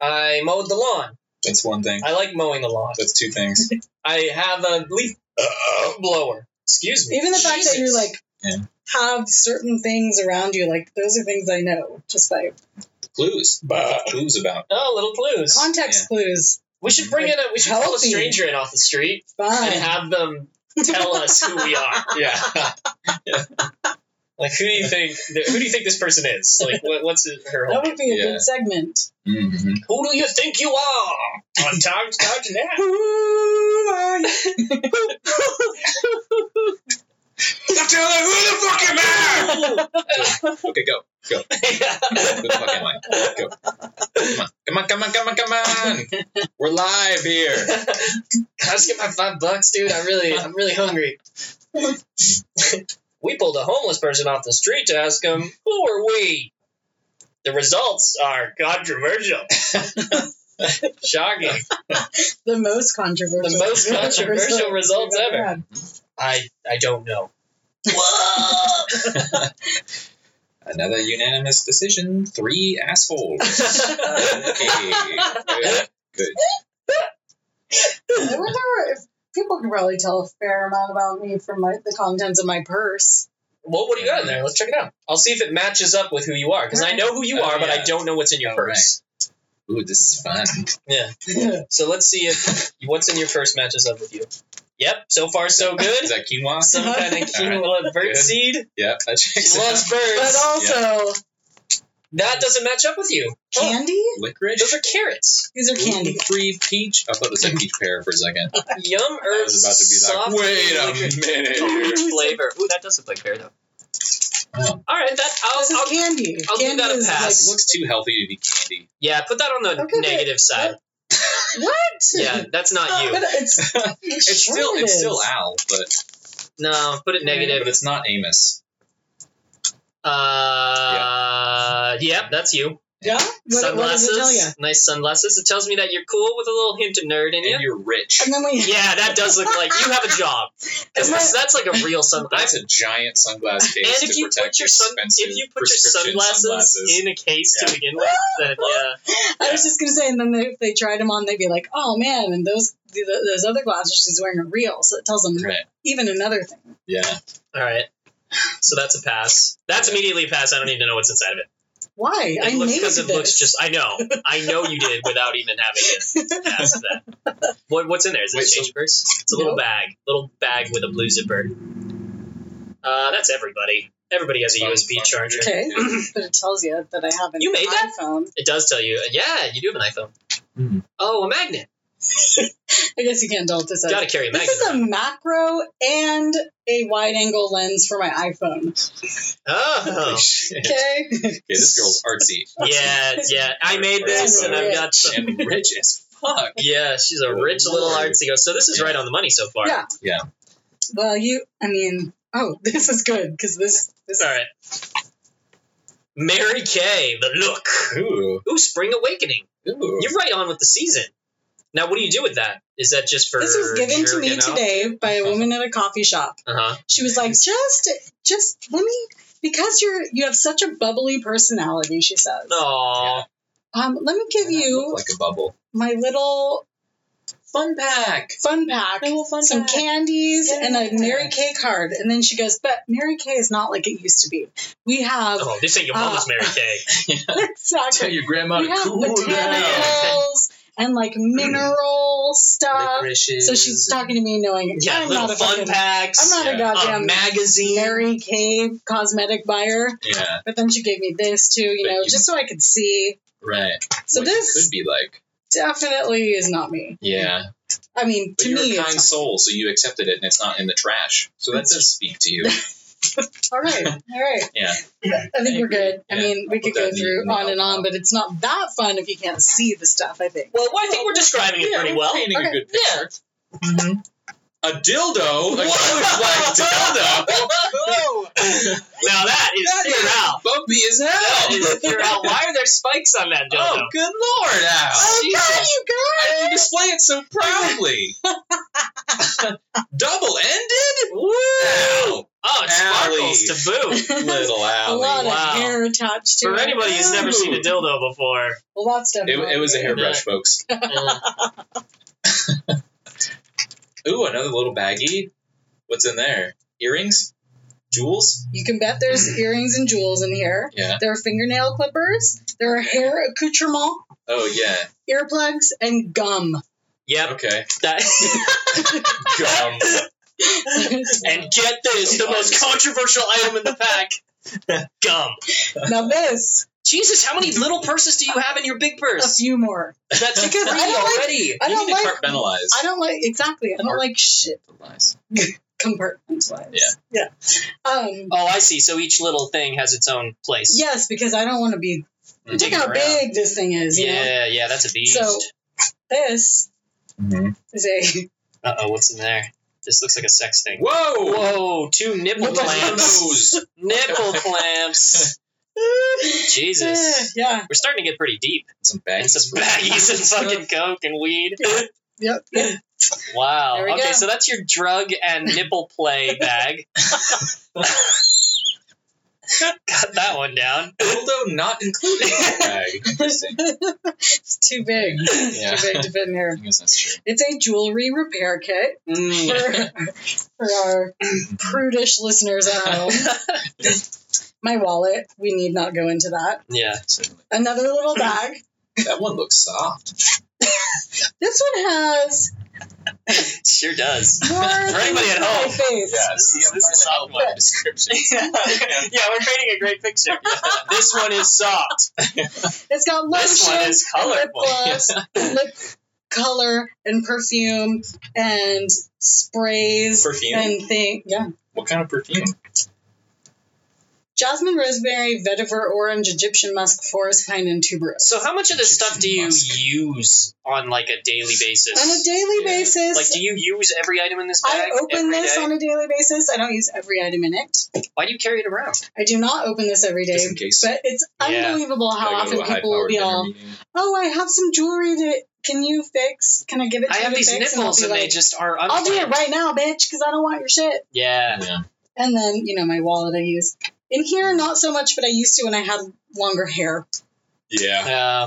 Speaker 2: I mowed the lawn.
Speaker 1: That's one thing.
Speaker 2: I like mowing the lawn.
Speaker 1: That's two things.
Speaker 2: I have a leaf uh, blower. Excuse me.
Speaker 3: Even the fact that you
Speaker 2: Jesus.
Speaker 3: like
Speaker 1: Yeah.
Speaker 3: have certain things around you, like those are things I know, just by
Speaker 1: Clues. Clues about.
Speaker 2: oh, little clues.
Speaker 3: context clues.
Speaker 2: we should bring in a we should call a
Speaker 3: Healthy.
Speaker 2: stranger in off the street and
Speaker 3: Fine.
Speaker 2: have them tell us who we are.
Speaker 1: Yeah.
Speaker 2: Like, who do you think? Who do you think this person is? Like, what, what's her?
Speaker 3: That
Speaker 2: Whole
Speaker 3: would be a
Speaker 1: Yeah.
Speaker 3: good segment.
Speaker 1: hmm
Speaker 2: Who do you think you are? On Tom's Couch now.
Speaker 1: who the fuck am I? Okay, go. Who the fuck am I? Go. Come on, come on, come on, come on, come on. We're live here.
Speaker 2: Can I just get my five bucks, dude? I really, I'm really hungry. we pulled a homeless person off the street to ask him, "Who are we?" The results are controversial. Shocking.
Speaker 3: the most controversial.
Speaker 2: The most controversial results
Speaker 3: we've
Speaker 2: ever.
Speaker 3: had.
Speaker 2: I, I don't know.
Speaker 1: Another unanimous decision. Three assholes. Okay. Good. Good.
Speaker 3: I wonder if people can probably tell a fair amount about me from my, the contents of my purse.
Speaker 2: well, what do you got in there? Let's check it out. I'll see if it matches up with who you are, because I know who you
Speaker 1: Oh,
Speaker 2: are, but I
Speaker 1: yeah.
Speaker 2: don't know what's in your
Speaker 1: Oh,
Speaker 2: purse.
Speaker 1: Ooh, this is fun.
Speaker 2: So let's see if what's in your purse matches up with you. Yep, so far so good.
Speaker 1: Is that quinoa?
Speaker 2: Some kind of quinoa bird
Speaker 1: Good.
Speaker 2: seed.
Speaker 1: Yeah, that checks
Speaker 2: She
Speaker 1: out.
Speaker 2: loves
Speaker 3: but uh,
Speaker 2: birds.
Speaker 3: also
Speaker 2: That doesn't match up with you. Oh,
Speaker 3: candy.
Speaker 1: Licorice.
Speaker 2: those are carrots.
Speaker 3: These are candy.
Speaker 1: Free peach. I thought it said peach pear for a second. I
Speaker 2: Yum earth.
Speaker 1: was about to
Speaker 2: soft
Speaker 1: be like, wait
Speaker 2: licorice
Speaker 1: a minute. here."
Speaker 2: flavor. Ooh, that does look like pear though.
Speaker 1: Oh.
Speaker 2: All right, that I'll,
Speaker 3: This is
Speaker 2: I'll-
Speaker 3: candy.
Speaker 2: I'll give
Speaker 3: candy
Speaker 2: that a
Speaker 3: is
Speaker 2: pass.
Speaker 1: It looks too healthy to be candy.
Speaker 2: yeah, put that on the
Speaker 3: Okay,
Speaker 2: negative side.
Speaker 3: like what?
Speaker 2: Yeah, that's not you.
Speaker 3: But it's
Speaker 1: It's
Speaker 3: sure
Speaker 1: still
Speaker 3: it
Speaker 1: it's
Speaker 3: is.
Speaker 1: still Al, but
Speaker 2: No, put it
Speaker 1: but
Speaker 2: negative.
Speaker 1: it's not Amos.
Speaker 2: Uh, yep, that's you.
Speaker 3: Yeah. What, what does
Speaker 2: sunglasses.
Speaker 3: it tell you?
Speaker 2: Nice sunglasses. It tells me that you're cool with a little hint of nerd in
Speaker 1: And
Speaker 2: you.
Speaker 1: you're rich.
Speaker 3: And then we.
Speaker 2: Yeah, that does look like you have a job. 'Cause that's, that's like a real sunglasses.
Speaker 1: That's a giant sunglass case
Speaker 2: And
Speaker 1: to
Speaker 2: if you
Speaker 1: protect
Speaker 2: put your sun,
Speaker 1: expensive
Speaker 2: if you put your
Speaker 1: prescription
Speaker 2: sunglasses, in a case to
Speaker 1: Yeah.
Speaker 2: begin with, then yeah,
Speaker 3: I was just gonna say, and then they, if they tried them on, they'd be like, "Oh man!" And those the, those other glasses she's wearing are real, so it tells them
Speaker 1: Right.
Speaker 3: even another thing.
Speaker 1: Yeah.
Speaker 2: all right. So that's a pass. That's immediately a pass. I don't need to know what's inside of it.
Speaker 3: Why?
Speaker 2: It
Speaker 3: I
Speaker 2: looks
Speaker 3: made
Speaker 2: because it
Speaker 3: this.
Speaker 2: looks just. I know. I know you did without even having to ask that. What, what's in there? Is it
Speaker 1: Wait,
Speaker 2: a
Speaker 1: so-
Speaker 2: change purse? It's a little
Speaker 3: No.
Speaker 2: bag. Little bag with a blue zipper. Uh, that's everybody. Everybody has a
Speaker 1: Phone,
Speaker 2: USB
Speaker 1: phone.
Speaker 2: charger.
Speaker 3: okay, but it tells you that I have an
Speaker 2: You made that?
Speaker 3: iPhone.
Speaker 2: It does tell you. Yeah, you do have an iPhone.
Speaker 1: Mhm.
Speaker 2: Oh, a magnet.
Speaker 3: I guess you can't adult this.
Speaker 2: Got to carry a
Speaker 3: This
Speaker 2: magnet.
Speaker 3: is a macro and a wide angle lens for my iPhone.
Speaker 1: Holy
Speaker 2: oh.
Speaker 1: shit. Okay,
Speaker 3: Okay.
Speaker 1: this girl's artsy.
Speaker 2: Yeah, yeah. I made this, and I've got some.
Speaker 1: And rich as fuck.
Speaker 2: Yeah, she's a rich little artsy girl. So this is right on the money so far.
Speaker 3: Yeah.
Speaker 1: Yeah.
Speaker 3: well, you. I mean, oh, this is good because this. This.
Speaker 2: All right. Mary Kay, the look.
Speaker 1: Ooh.
Speaker 2: Ooh, Spring Awakening.
Speaker 1: Ooh.
Speaker 2: You're right on with the season. Now, what do you do with that? Is that just for?
Speaker 3: This was given to
Speaker 2: you're
Speaker 3: me
Speaker 2: getting off?
Speaker 3: today by a woman at a coffee shop.
Speaker 2: Uh-huh.
Speaker 3: She was like, just, just let me, because you're, you have such a bubbly personality. She says,
Speaker 2: Aw.
Speaker 3: um, let me give you
Speaker 1: Like a bubble.
Speaker 3: my little
Speaker 1: Fun pack.
Speaker 3: fun pack, some candies, and a Mary Kay card. And then she goes, but Mary Kay is not like it used to be. We have
Speaker 2: Oh, this ain't your mama's
Speaker 3: Ah.
Speaker 2: Mary Kay.
Speaker 1: Tell
Speaker 3: exactly,
Speaker 1: your grandma
Speaker 3: we
Speaker 1: to
Speaker 3: have
Speaker 1: cool down.
Speaker 3: botanicals and like mineral stuff.
Speaker 1: Licorices
Speaker 3: So she's talking to me, knowing
Speaker 2: Yeah,
Speaker 3: I'm not
Speaker 2: little
Speaker 3: a
Speaker 2: fun
Speaker 3: fucking,
Speaker 2: packs.
Speaker 3: I'm not a
Speaker 1: Yeah.
Speaker 2: a
Speaker 3: goddamn
Speaker 2: magazine.
Speaker 3: Uh, Mary Kay cosmetic buyer.
Speaker 1: and- Yeah,
Speaker 3: But then she gave me this too, you
Speaker 1: But
Speaker 3: know,
Speaker 1: you-
Speaker 3: just so I could see.
Speaker 1: right.
Speaker 3: So
Speaker 1: What you
Speaker 3: this
Speaker 1: could be like.
Speaker 3: definitely is not me.
Speaker 1: Yeah.
Speaker 3: I mean,
Speaker 1: But
Speaker 3: to
Speaker 1: you're
Speaker 3: me,
Speaker 1: a kind
Speaker 3: it's
Speaker 1: soul, so you accepted it and it's not in the trash. So that does speak to you.
Speaker 3: all right, all right.
Speaker 1: Yeah.
Speaker 3: I think we're good. I
Speaker 1: Yeah.
Speaker 3: mean, we
Speaker 1: I'll
Speaker 3: could
Speaker 1: put
Speaker 3: go
Speaker 1: that in the-
Speaker 3: through
Speaker 1: in the
Speaker 3: on and on,
Speaker 1: outline.
Speaker 3: but it's not that fun if you can't see the stuff. I think.
Speaker 2: Well, I think we're describing it pretty well.
Speaker 1: Painting
Speaker 3: Okay.
Speaker 1: a good
Speaker 2: Yeah.
Speaker 1: picture. Mm-hmm. A dildo, a camouflage dildo.
Speaker 2: Now that is
Speaker 1: That
Speaker 2: pure
Speaker 1: is
Speaker 2: out.
Speaker 1: Bumpy as
Speaker 2: That is
Speaker 1: hell.
Speaker 2: pure out. Why are there spikes on that dildo?
Speaker 1: Oh, good lord, Al.
Speaker 2: Oh,
Speaker 1: Jesus.
Speaker 2: God,
Speaker 3: you
Speaker 1: Why do you display it so proudly? Double ended? Woo!
Speaker 2: Oh, it sparkles to boot.
Speaker 1: Little
Speaker 3: A
Speaker 1: Allie.
Speaker 3: lot
Speaker 2: Wow.
Speaker 3: of hair attached to
Speaker 2: For
Speaker 3: it.
Speaker 2: anybody who's never seen a dildo before.
Speaker 3: Well, that's
Speaker 1: It,
Speaker 3: definitely.
Speaker 1: it was a hairbrush, folks. Ooh, another little baggie. What's in there? Earrings? Jewels?
Speaker 3: You can bet there's earrings and jewels in here.
Speaker 1: Yeah.
Speaker 3: There are fingernail clippers. There are hair accoutrement,
Speaker 1: Oh, yeah.
Speaker 3: earplugs, and gum.
Speaker 2: Yep.
Speaker 1: Okay.
Speaker 2: That,
Speaker 1: Gum.
Speaker 2: and get this, the most controversial item in the pack. Gum.
Speaker 3: now this,
Speaker 2: Jesus, how many little purses do you have in your
Speaker 3: a
Speaker 2: big purse?
Speaker 3: few more.
Speaker 2: That's
Speaker 3: Because
Speaker 2: three
Speaker 3: I don't like-
Speaker 2: already.
Speaker 3: I don't
Speaker 1: you need
Speaker 3: like
Speaker 1: to compartmentalize.
Speaker 3: I don't like exactly. I don't like shit
Speaker 1: Compartmentalize.
Speaker 3: compartmentalized. Yeah. Yeah. Um,
Speaker 2: oh, I see. So each little thing has its own place.
Speaker 3: yes, because I don't want to be.
Speaker 1: Mhm.
Speaker 3: Look how
Speaker 2: around.
Speaker 3: big this thing is. You Know?
Speaker 2: yeah, yeah, that's a beast.
Speaker 3: So- This
Speaker 1: Mhm.
Speaker 3: is a
Speaker 2: uh oh, what's in there? This looks like a sex thing.
Speaker 1: Whoa!
Speaker 2: Whoa, two nipple
Speaker 1: What's on
Speaker 2: clamps.
Speaker 1: those?
Speaker 2: Nipple clamps. Jesus.
Speaker 3: yeah.
Speaker 2: We're starting to get pretty deep.
Speaker 1: Some
Speaker 2: And
Speaker 1: baggies.
Speaker 2: some baggies and fucking coke and weed.
Speaker 3: Yep. yep.
Speaker 2: Wow.
Speaker 3: There we
Speaker 2: Okay,
Speaker 3: go.
Speaker 2: so that's your drug and nipple play bag. Got that one down.
Speaker 1: Dildo not included in that bag. Interesting.
Speaker 3: it's too big.
Speaker 1: Yeah.
Speaker 3: Too big to fit in
Speaker 1: I
Speaker 3: here.
Speaker 1: guess that's true.
Speaker 3: It's a jewelry repair kit
Speaker 2: Mm.
Speaker 3: for, for our
Speaker 1: Hmm,
Speaker 3: prudish listeners at home. My wallet. We need not go into that.
Speaker 2: Yeah.
Speaker 1: Certainly.
Speaker 3: Another little bag.
Speaker 1: That one looks soft.
Speaker 3: This one has
Speaker 2: Sure does.
Speaker 3: more
Speaker 2: For anybody at
Speaker 3: than my
Speaker 2: home.
Speaker 3: face.
Speaker 2: This is- this is soft
Speaker 1: one. Description.
Speaker 2: yeah, we're creating a great picture. This one is soft.
Speaker 3: It's got
Speaker 2: This
Speaker 3: lotion.
Speaker 2: one is
Speaker 3: lip
Speaker 2: colorful.
Speaker 3: gloss,
Speaker 1: Uh,
Speaker 3: lip color, and perfume, and sprays
Speaker 1: Perfume?
Speaker 3: and thing. Yeah,
Speaker 1: What kind of perfume?
Speaker 3: Jasmine, rosemary, vetiver, orange, Egyptian musk, forest pine, and tuberose.
Speaker 2: So how much of this stuff do you
Speaker 4: Musk.
Speaker 2: use on like a daily basis?
Speaker 3: on a daily
Speaker 1: Yeah.
Speaker 3: basis,
Speaker 2: Like, do you use every item in this
Speaker 3: I
Speaker 2: bag?
Speaker 3: open
Speaker 2: every
Speaker 3: this
Speaker 2: day?
Speaker 3: on a daily basis. I don't use every item in it.
Speaker 2: Why do you carry it around?
Speaker 3: I do not open this every day.
Speaker 1: Just in case.
Speaker 3: But it's
Speaker 2: Yeah.
Speaker 3: unbelievable how
Speaker 1: Gotta go to
Speaker 3: often
Speaker 1: a
Speaker 3: people will
Speaker 1: high-powered
Speaker 3: be
Speaker 1: dinner
Speaker 3: all,
Speaker 1: meeting.
Speaker 3: "Oh, I have some jewelry that can you fix? Can I give it to
Speaker 2: I
Speaker 3: you
Speaker 2: have
Speaker 3: to
Speaker 2: these
Speaker 3: fix?"
Speaker 2: nipples,
Speaker 3: and
Speaker 2: and
Speaker 3: I'll be
Speaker 2: they
Speaker 3: like,
Speaker 2: just are.
Speaker 3: "I'll do it
Speaker 2: unplanned.
Speaker 3: right now, bitch, because I don't want your shit."
Speaker 2: Yeah.
Speaker 1: Yeah.
Speaker 3: And then you know my wallet I use. In here, not so much, but I used to when I had longer hair.
Speaker 1: Yeah.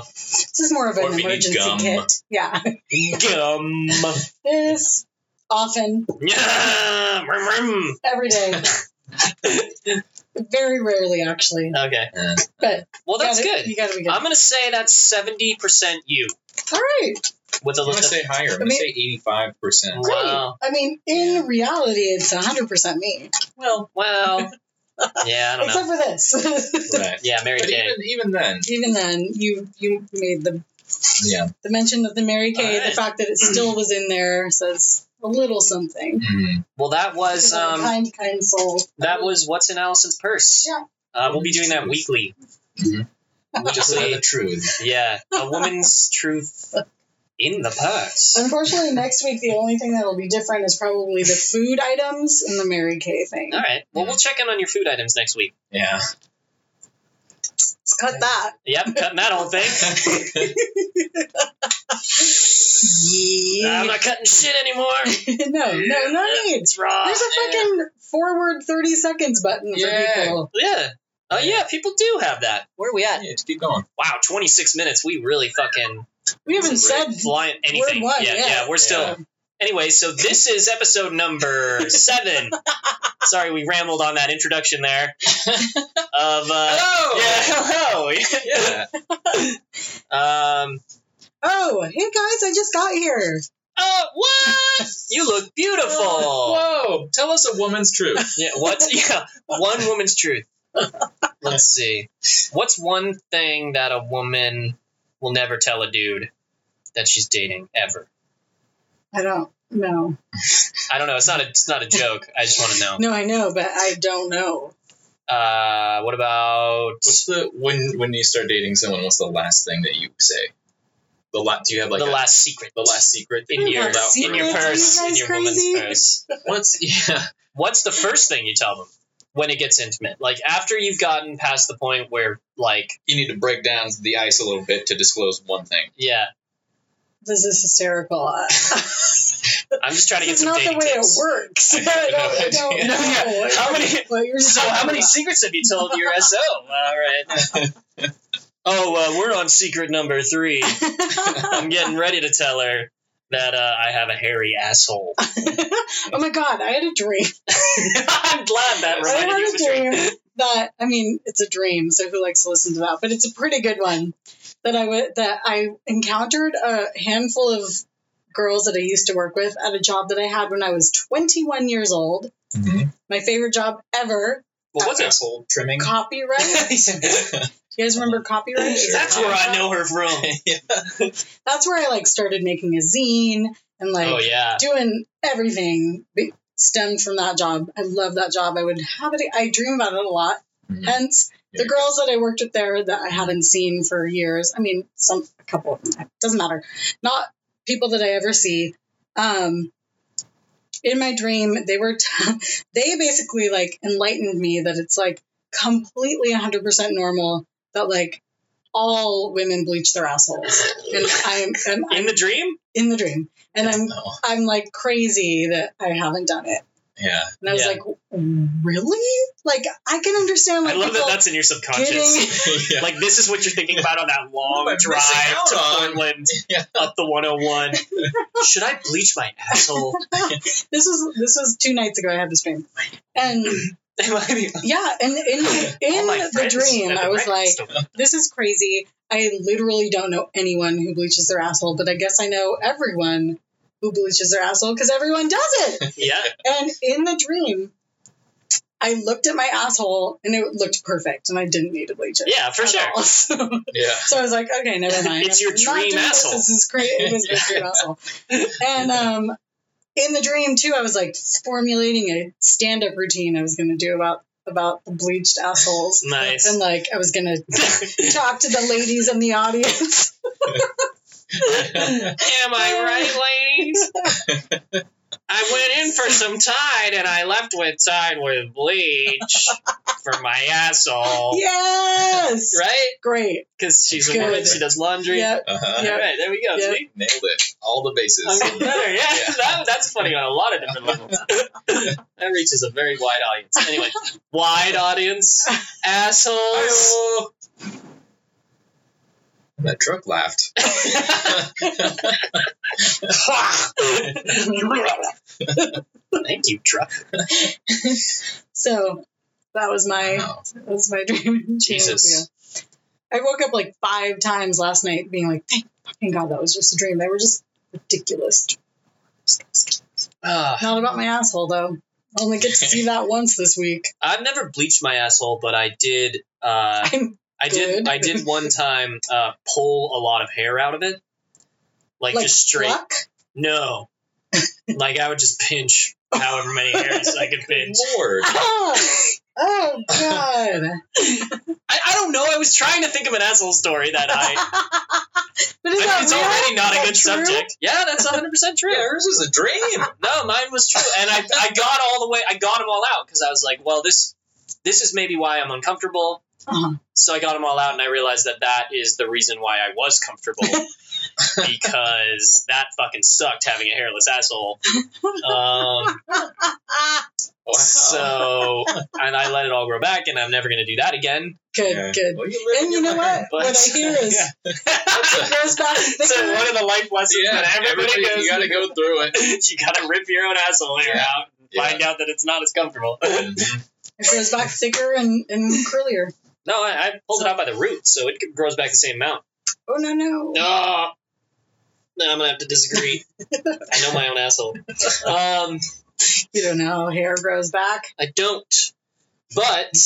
Speaker 2: Uh,
Speaker 3: This is more of
Speaker 1: Or
Speaker 3: an
Speaker 1: if you need
Speaker 3: emergency
Speaker 1: gum.
Speaker 3: kit. Yeah,
Speaker 2: gum.
Speaker 3: this often
Speaker 2: Yeah. Mmm, Vroom, vroom.
Speaker 3: every day. Very rarely, actually,
Speaker 2: okay.
Speaker 1: Yeah.
Speaker 3: but
Speaker 2: Well, that's
Speaker 3: gotta-
Speaker 2: good.
Speaker 3: You gotta be good.
Speaker 2: I'm gonna say that's seventy percent you
Speaker 3: All right.
Speaker 2: with a
Speaker 1: I'm gonna
Speaker 2: little.
Speaker 1: say higher. I'm
Speaker 3: I
Speaker 1: gonna
Speaker 3: mean-
Speaker 1: say eighty-five percent.
Speaker 3: Great.
Speaker 2: Wow.
Speaker 3: I mean, in reality, it's 100% me.
Speaker 2: Well, well. Yeah, I don't know.
Speaker 3: Except for this.
Speaker 1: Right.
Speaker 2: Yeah, Mary
Speaker 1: But
Speaker 2: Kay.
Speaker 1: even even then,
Speaker 3: Even then, you you made the,
Speaker 1: yeah.
Speaker 3: the mention of the Mary Kay,
Speaker 2: All
Speaker 3: the
Speaker 2: right.
Speaker 3: fact that it still was in there says a little something.
Speaker 1: Mm.
Speaker 2: Well, that was um,
Speaker 3: kind, kind soul.
Speaker 2: that was what's in Allison's purse.
Speaker 3: Yeah. Mm-hmm.
Speaker 2: Uh, we'll be doing that weekly.
Speaker 1: Just the truth.
Speaker 2: Yeah, a woman's truth in the purse.
Speaker 3: Unfortunately, next week, the only thing that'll be different is probably the food items and the Mary Kay thing.
Speaker 2: All right. Well, we'll check in on your food items next week.
Speaker 1: Yeah.
Speaker 3: Let's cut that.
Speaker 2: Yep, cutting that whole thing.
Speaker 3: Yeah.
Speaker 2: I'm not cutting shit anymore.
Speaker 3: no, no, no need.
Speaker 2: It's raw.
Speaker 3: There's a fucking forward 30 seconds button for
Speaker 1: Yeah.
Speaker 3: people.
Speaker 2: yeah. Oh yeah, people do have that. Where are we at?
Speaker 1: yeah. Just keep going.
Speaker 2: Wow, 26 minutes. We really fucking
Speaker 3: We haven't said
Speaker 2: flying anything.
Speaker 3: word one
Speaker 2: yeah,
Speaker 3: yet.
Speaker 2: yeah, we're still. Anyway, so this is episode number seven. Sorry, we rambled on that introduction there. Of uh,
Speaker 1: Hello!
Speaker 2: yeah, hello.
Speaker 1: Yeah.
Speaker 2: Um,
Speaker 3: Oh, hey guys, I just got here.
Speaker 2: uh, what? You look beautiful.
Speaker 1: Whoa! Tell us a woman's truth.
Speaker 2: Yeah, what's yeah? One woman's truth. Let's see. What's one thing that a woman will never tell a dude that she's dating ever?
Speaker 3: I don't know.
Speaker 2: I don't know. It's not a. It's not a joke. I just want to know.
Speaker 3: No, I know, but I don't know.
Speaker 2: Uh, what about?
Speaker 1: What's the when when you start dating someone? What's the last thing that you say? The la- Do you have like
Speaker 2: the
Speaker 1: a,
Speaker 2: last secret.
Speaker 1: the last secret that
Speaker 2: in
Speaker 1: you
Speaker 2: your
Speaker 1: pulled out
Speaker 2: in your
Speaker 3: secret?
Speaker 1: from-
Speaker 2: purse
Speaker 3: Are you
Speaker 2: in
Speaker 3: guys
Speaker 2: your
Speaker 3: crazy?
Speaker 2: woman's purse.
Speaker 1: What's yeah?
Speaker 2: What's the first thing you tell them when it gets intimate? Like after you've gotten past the point where like
Speaker 1: You need to break down the ice a little bit to disclose one thing.
Speaker 2: yeah,
Speaker 3: This is hysterical. I-
Speaker 2: I'm just trying to get
Speaker 3: This is
Speaker 2: some
Speaker 3: not the
Speaker 2: dating
Speaker 3: way
Speaker 2: tips.
Speaker 3: it works. I don't, I don't
Speaker 1: Yeah.
Speaker 3: know.
Speaker 2: How many-
Speaker 3: What you're
Speaker 2: So
Speaker 3: talking
Speaker 2: how many
Speaker 3: about.
Speaker 2: secrets have you told your SO? All right. oh, uh, we're on secret number three. I'm getting ready to tell her that uh, I have a hairy asshole.
Speaker 3: oh my god, I had a dream.
Speaker 2: I'm glad that
Speaker 3: I
Speaker 2: reminded you of
Speaker 3: had
Speaker 2: a
Speaker 3: a
Speaker 2: dream.
Speaker 3: dream that I mean, it's a dream, so who likes to listen to that? But it's a pretty good one that I would that I encountered a handful of girls that I used to work with at a job that I had when I was 21 years old.
Speaker 1: Mm-hmm.
Speaker 3: My favorite job ever,
Speaker 2: Well, what's it?
Speaker 1: asshole trimming?
Speaker 3: copyright. You guys remember copyright?
Speaker 2: That's where I know her from.
Speaker 3: That's where I like started making a zine and like
Speaker 2: Oh yeah.
Speaker 3: doing everything be- stemmed from that job. I love that job. I would have it. I dream about it a lot.
Speaker 1: Mhm.
Speaker 3: Hence, the
Speaker 1: Yeah.
Speaker 3: girls that I worked with there that I haven't seen for years. I mean, some a couple of them doesn't matter. Not people that I ever see. Um, in my dream, they were t- they basically like enlightened me that it's like completely 100% normal that like all women bleach their assholes, and I'm, and I'm
Speaker 2: In the dream?
Speaker 3: in the dream, and I'm
Speaker 1: No.
Speaker 3: I'm like crazy that I haven't done it.
Speaker 1: Yeah.
Speaker 3: And I was
Speaker 2: Yeah.
Speaker 3: like, really? Like I can understand
Speaker 2: I
Speaker 3: like
Speaker 2: love that
Speaker 3: people
Speaker 2: that's in your subconscious.
Speaker 3: getting
Speaker 1: yeah.
Speaker 2: Like this is what you're thinking about on that long
Speaker 1: What am I
Speaker 2: drive
Speaker 1: missing out
Speaker 2: to
Speaker 1: on?
Speaker 2: Portland
Speaker 1: Yeah.
Speaker 2: up the 101. Should I bleach my asshole?
Speaker 3: this is this is two nights ago I had this dream. And
Speaker 2: Am I the-
Speaker 3: yeah, and in in
Speaker 2: all my
Speaker 3: the
Speaker 2: friends
Speaker 3: dream
Speaker 2: at the
Speaker 3: I was
Speaker 2: rec
Speaker 3: like,
Speaker 2: store.
Speaker 3: this is crazy. I literally don't know anyone who bleaches their asshole, but I guess I know everyone who bleaches their asshole because everyone does it.
Speaker 2: yeah.
Speaker 3: And in the dream, I looked at my asshole and it looked perfect and I didn't need to bleach it.
Speaker 2: Yeah, for
Speaker 3: at
Speaker 2: sure.
Speaker 3: all. So,
Speaker 1: Yeah.
Speaker 3: so I was like, okay, never mind.
Speaker 2: It's your
Speaker 3: I'm not
Speaker 2: dream
Speaker 3: doing this.
Speaker 2: asshole.
Speaker 3: This is great. It was my dream asshole. And um, in the dream, too, I was like formulating a stand up routine I was going to do about about the bleached assholes.
Speaker 2: Nice.
Speaker 3: And like I was gonna talk to the ladies in the audience.
Speaker 2: Am I right, ladies? I went in for some Tide and I left with Tide with bleach for my asshole.
Speaker 3: yes.
Speaker 2: Right?
Speaker 3: Great.
Speaker 2: Because she's a
Speaker 3: Good.
Speaker 2: woman, she does laundry.
Speaker 3: Yep.
Speaker 1: Uh-huh.
Speaker 3: Yeah.
Speaker 2: All right, there we go.
Speaker 3: Yeah.
Speaker 2: See?
Speaker 1: Nailed it. All the bases.
Speaker 2: I'm getting better. Yeah,
Speaker 1: Yeah.
Speaker 2: That, that's funny on a lot of different levels. that reaches a very wide audience. Anyway, wide audience, assholes.
Speaker 1: that truck laughed.
Speaker 2: Thank you, truck.
Speaker 3: So that was my
Speaker 1: Wow.
Speaker 3: that was my dream.
Speaker 2: Jesus.
Speaker 3: Yeah. I woke up like five times last night being like, thank fucking God that was just a dream. They were just ridiculous.
Speaker 2: Ah,
Speaker 3: Not about my asshole though. I only get to see that once this week.
Speaker 2: I've never bleached my asshole, but I did. Uh,
Speaker 3: I'm
Speaker 2: I did.
Speaker 3: Good.
Speaker 2: I did one time uh, pull a lot of hair out of it, like,
Speaker 3: like
Speaker 2: just straight.
Speaker 3: Luck?
Speaker 2: No, like I would just pinch however many hairs I could pinch.
Speaker 1: Lord.
Speaker 3: Ah! Oh God!
Speaker 2: I, I don't know. I was trying to think of an asshole story that night.
Speaker 3: but is
Speaker 2: I
Speaker 3: that
Speaker 2: mean, it's
Speaker 3: real?
Speaker 2: already not
Speaker 3: Is
Speaker 2: a
Speaker 3: that
Speaker 2: good
Speaker 3: true?
Speaker 2: subject. Yeah, that's 100 percent true.
Speaker 1: Yours is a dream.
Speaker 2: No, mine was true, and I, I got all the way. I got them all out because I was like, well, this this is maybe why I'm uncomfortable.
Speaker 3: Uh-huh.
Speaker 2: So I got them all out, and I realized that that is the reason why I was comfortable because that fucking sucked having a hairless asshole. Um,
Speaker 3: Ah,
Speaker 1: Wow.
Speaker 2: So and I let it all grow back, and I'm never gonna do that again.
Speaker 3: good,
Speaker 1: Yeah.
Speaker 3: good.
Speaker 1: Well, you live
Speaker 3: And you
Speaker 1: in
Speaker 3: know
Speaker 1: your
Speaker 3: what?
Speaker 1: mind.
Speaker 2: but-
Speaker 3: what I hear is
Speaker 1: Yeah.
Speaker 3: it goes back to
Speaker 2: So
Speaker 3: thinking
Speaker 2: one of the life lessons
Speaker 1: Yeah,
Speaker 2: that everybody,
Speaker 1: everything-
Speaker 2: goes
Speaker 1: you gotta go through it.
Speaker 2: you gotta rip your own asshole hair
Speaker 1: Yeah.
Speaker 2: out and
Speaker 1: Yeah.
Speaker 2: find out that it's not as comfortable.
Speaker 1: Mhm.
Speaker 3: it grows back thicker and, and curlier.
Speaker 2: no, I, I pulled it out by the root, so it grows back the same amount.
Speaker 3: Oh no no!
Speaker 2: No, no, I'm gonna have to disagree. I know my own asshole. Um,
Speaker 3: You don't know how hair grows back.
Speaker 2: I don't, but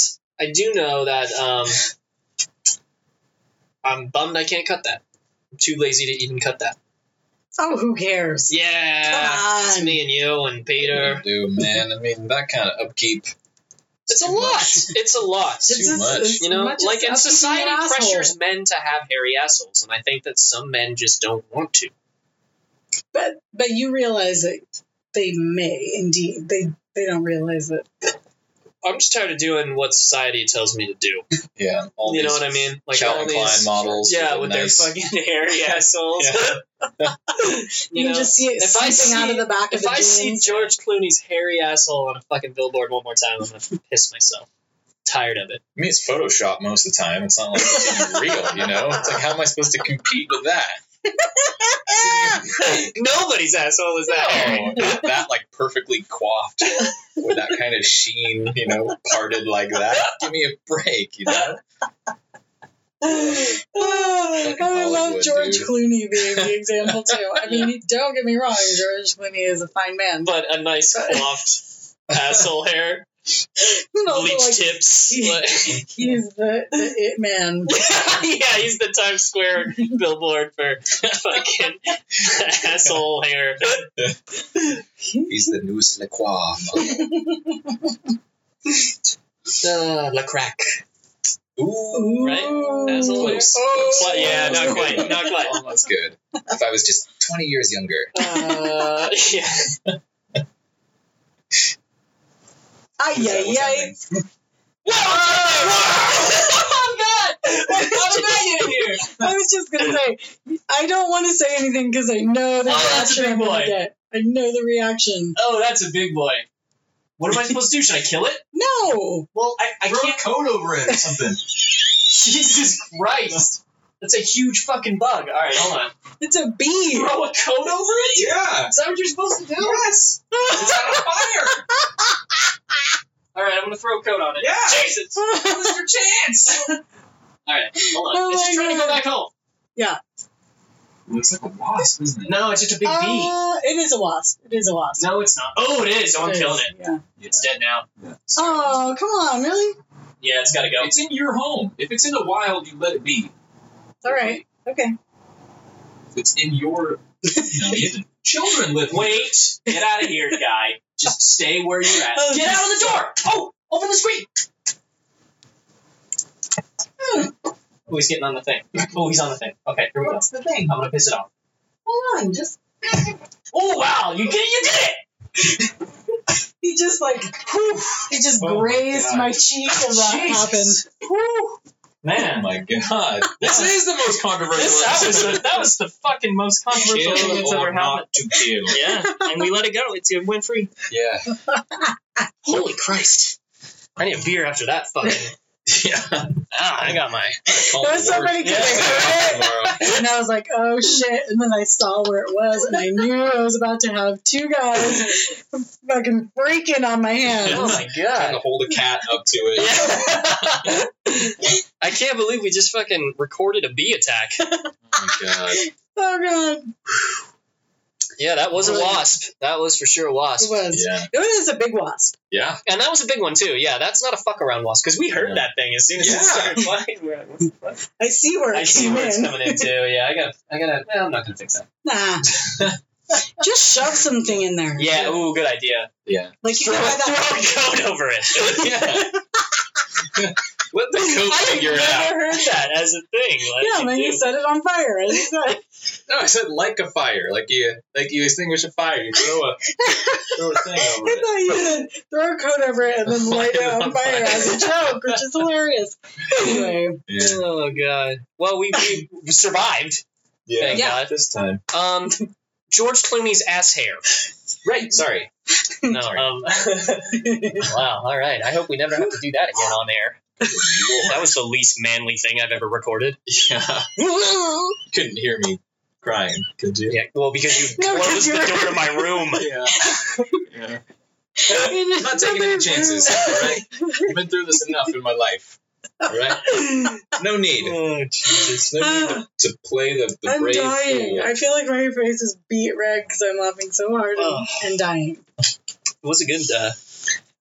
Speaker 2: I do know that um, I'm bummed I can't cut that. I'm too lazy to even cut that.
Speaker 3: Oh, who cares?
Speaker 2: Yeah, it's
Speaker 3: Come on.
Speaker 2: me and you and Peter.
Speaker 1: Dude, man, I mean that kind of upkeep.
Speaker 2: It's a
Speaker 1: Too
Speaker 2: lot.
Speaker 1: much.
Speaker 2: It's a lot.
Speaker 1: Too much.
Speaker 2: you know
Speaker 3: much
Speaker 2: like
Speaker 3: as
Speaker 2: and
Speaker 3: up to
Speaker 2: society
Speaker 3: your asshole.
Speaker 2: pressures men to have hairy assholes and i think that some men just don't want to
Speaker 3: But but you realize that they may indeed they they don't realize it.
Speaker 2: i'm just tired of doing what society tells me to do
Speaker 1: Yeah. all
Speaker 2: you know
Speaker 1: these
Speaker 2: what i mean like
Speaker 1: Calvin
Speaker 2: all these
Speaker 1: Klein models.
Speaker 2: yeah
Speaker 1: the
Speaker 2: with
Speaker 1: nice-
Speaker 2: their fucking hairy assholes
Speaker 3: You,
Speaker 2: you know
Speaker 3: can just see it
Speaker 2: if I
Speaker 3: seeping out of
Speaker 2: see-
Speaker 3: the back of
Speaker 2: if
Speaker 3: the
Speaker 2: i see
Speaker 3: jeans.
Speaker 2: george clooney's hairy asshole on a fucking billboard one more time i'm gonna piss myself tired of it
Speaker 1: I mean, it's Photoshop most of the time. It's not like it's even real, you know? It's like, how am I supposed to compete with that?
Speaker 3: Ah!
Speaker 2: nobody's asshole is that hairy
Speaker 1: No, not Oh, that, like, perfectly coiffed with that kind of sheen, you know, parted like that. Give me a break, you know?
Speaker 3: Oh, Ah! I love
Speaker 1: Hollywood,
Speaker 3: George
Speaker 1: dude.
Speaker 3: Clooney being the example too. I mean, don't get me wrong, George Clooney is a fine man.
Speaker 2: but a nice coiffed asshole hair
Speaker 3: But also,
Speaker 2: bleach
Speaker 3: like,
Speaker 2: tips like-
Speaker 3: he's the, the it man.
Speaker 2: yeah, he's the Times Square billboard for fucking asshole hair.
Speaker 1: He's the nous le coiffe.
Speaker 2: Uh, La crack.
Speaker 1: Ooh.
Speaker 2: Right?
Speaker 1: That's
Speaker 2: Asshole hair.
Speaker 1: close.
Speaker 3: Oh.
Speaker 2: Cla- yeah, not quite, not quite.
Speaker 1: That's good. If I was just 20 years younger.
Speaker 2: Uh, yeah.
Speaker 3: Ay,
Speaker 1: Is that
Speaker 3: ay,
Speaker 1: what's
Speaker 3: ay.
Speaker 1: happening?
Speaker 2: Whoa! Oh, I'm bad. How did that get here?
Speaker 3: I was just gonna say, I don't want to say anything because I know the
Speaker 2: Oh, that's a
Speaker 3: reaction
Speaker 2: big
Speaker 3: I'm gonna
Speaker 2: boy.
Speaker 3: get. I know the reaction.
Speaker 2: Oh, that's a big boy. What am I supposed to do? Should I kill it?
Speaker 3: No,
Speaker 2: Well, I, I can't.
Speaker 1: coat over it or something.
Speaker 2: Jesus Christ. That's a huge fucking bug. All right, hold on.
Speaker 3: it's a bee.
Speaker 2: Throw a coat over it?
Speaker 1: yeah.
Speaker 2: Is that what you're supposed to do?
Speaker 1: Yes. It's on fire.
Speaker 2: All right, I'm gonna throw a coat on it.
Speaker 1: Yeah.
Speaker 2: Jesus.
Speaker 1: Mr. Chance.
Speaker 2: All right, hold on.
Speaker 3: Oh
Speaker 2: it's
Speaker 3: my
Speaker 2: just trying to go
Speaker 3: God.
Speaker 2: back home.
Speaker 1: Looks like a wasp, isn't it?
Speaker 2: No, it's just a big bee.
Speaker 3: Uh, it is a wasp. It is a wasp.
Speaker 2: No, it's not. Oh, it is. Oh, I'm
Speaker 3: It is,
Speaker 2: killing it.
Speaker 3: Yeah.
Speaker 2: It's dead now.
Speaker 3: Oh, come on, really?
Speaker 2: Yeah, it's gotta go.
Speaker 5: It's in your home. If it's in the wild, you let it be.
Speaker 3: All right. Okay.
Speaker 5: If it's in your, you know, you have to- children live. with it.
Speaker 2: Wait, get out of here, guy. Just stay where you're at.
Speaker 3: Oh,
Speaker 2: Get out of the door. Oh, Open the screen.
Speaker 3: Hmm.
Speaker 2: Oh, he's getting on the thing. Oh, he's on the thing. Okay, here we go.
Speaker 3: What's the thing?
Speaker 2: I'm gonna piss it off.
Speaker 3: Hold on, just
Speaker 2: Oh wow, you did it! You did it!
Speaker 3: he just like whew, he just
Speaker 5: Oh my
Speaker 3: grazed
Speaker 5: God.
Speaker 3: my cheek as that
Speaker 2: Jesus.
Speaker 3: happened. Whew.
Speaker 1: Oh
Speaker 2: Man,
Speaker 1: my god. This is the most controversial
Speaker 2: this, that was the, that was the fucking most controversial thing that's
Speaker 1: Kill
Speaker 2: ever
Speaker 1: or
Speaker 2: happened.
Speaker 1: not to kill.
Speaker 2: Yeah, and we let it go. It's it went free.
Speaker 1: Yeah.
Speaker 2: Holy Christ! I need a beer after that fucking.
Speaker 1: Yeah.
Speaker 2: ah, I got my.
Speaker 3: It was so funny 'cause
Speaker 2: Yeah.
Speaker 3: I heard it. And I was like, oh shit. And then I saw where it was, and I knew I was about to have two guys fucking freaking on my
Speaker 2: Oh
Speaker 3: hands.
Speaker 2: my
Speaker 1: Trying to
Speaker 2: god.
Speaker 1: hold a cat up to it.
Speaker 2: I can't believe we just fucking recorded a bee attack.
Speaker 1: Oh my god.
Speaker 3: Oh god.
Speaker 2: Yeah, that was a wasp. That was for sure a
Speaker 3: It
Speaker 2: wasp.
Speaker 3: was.
Speaker 1: Yeah.
Speaker 3: It was a big wasp.
Speaker 1: Yeah.
Speaker 2: And that was a big one too. Yeah, that's not a fuck around wasp because we heard
Speaker 1: Yeah.
Speaker 2: that thing as soon as
Speaker 1: Yeah.
Speaker 2: it started flying. We're like, what the fuck?
Speaker 3: I see where it
Speaker 2: I see
Speaker 3: came
Speaker 2: where it's
Speaker 3: in.
Speaker 2: coming in too. Yeah, I gotta, I gotta. Well, I'm not gonna fix that.
Speaker 3: Nah. Just shove something in there.
Speaker 2: Yeah. Ooh, good idea.
Speaker 1: Yeah.
Speaker 3: Like you
Speaker 2: throw,
Speaker 3: know how
Speaker 2: throw
Speaker 3: that
Speaker 2: a coat over it. What the
Speaker 1: Coat
Speaker 2: I
Speaker 1: figure it
Speaker 2: never
Speaker 1: out.
Speaker 2: heard that as a thing. Like,
Speaker 3: Yeah,
Speaker 2: you
Speaker 3: man, you
Speaker 2: do.
Speaker 3: set it on fire. I just said-
Speaker 1: No, I said like a fire. Like you like you extinguish a fire, you throw a throw a thing
Speaker 3: I
Speaker 1: over it.
Speaker 3: thought you said throw a coat over it and then light it on fire as a joke, which is hilarious. Anyway,
Speaker 1: Yeah.
Speaker 2: Oh god. Well, we, we survived.
Speaker 1: Yeah.
Speaker 2: Thank
Speaker 3: Yeah.
Speaker 2: God.
Speaker 1: This time.
Speaker 2: Um, George Clooney's ass hair.
Speaker 1: Right, sorry.
Speaker 2: No.
Speaker 1: Sorry.
Speaker 2: Um, wow. All right. I hope we never have to do that again on air. That was the least manly thing I've ever recorded.
Speaker 1: Yeah. You couldn't hear me crying, could you?
Speaker 2: Yeah. Well, because you
Speaker 3: No, 'cause
Speaker 2: closed the
Speaker 3: you're-
Speaker 2: door to my room.
Speaker 1: Yeah. yeah. I'm not taking any chances, alright? I've been through this enough in my life. Alright? No need.
Speaker 2: Oh Jesus.
Speaker 1: No need to, to play the, the
Speaker 3: I'm
Speaker 1: brave
Speaker 3: dying.
Speaker 1: fool.
Speaker 3: I feel like my face is beat red because I'm laughing so hard and,
Speaker 2: Ugh.
Speaker 3: and dying.
Speaker 2: It was a good. Uh,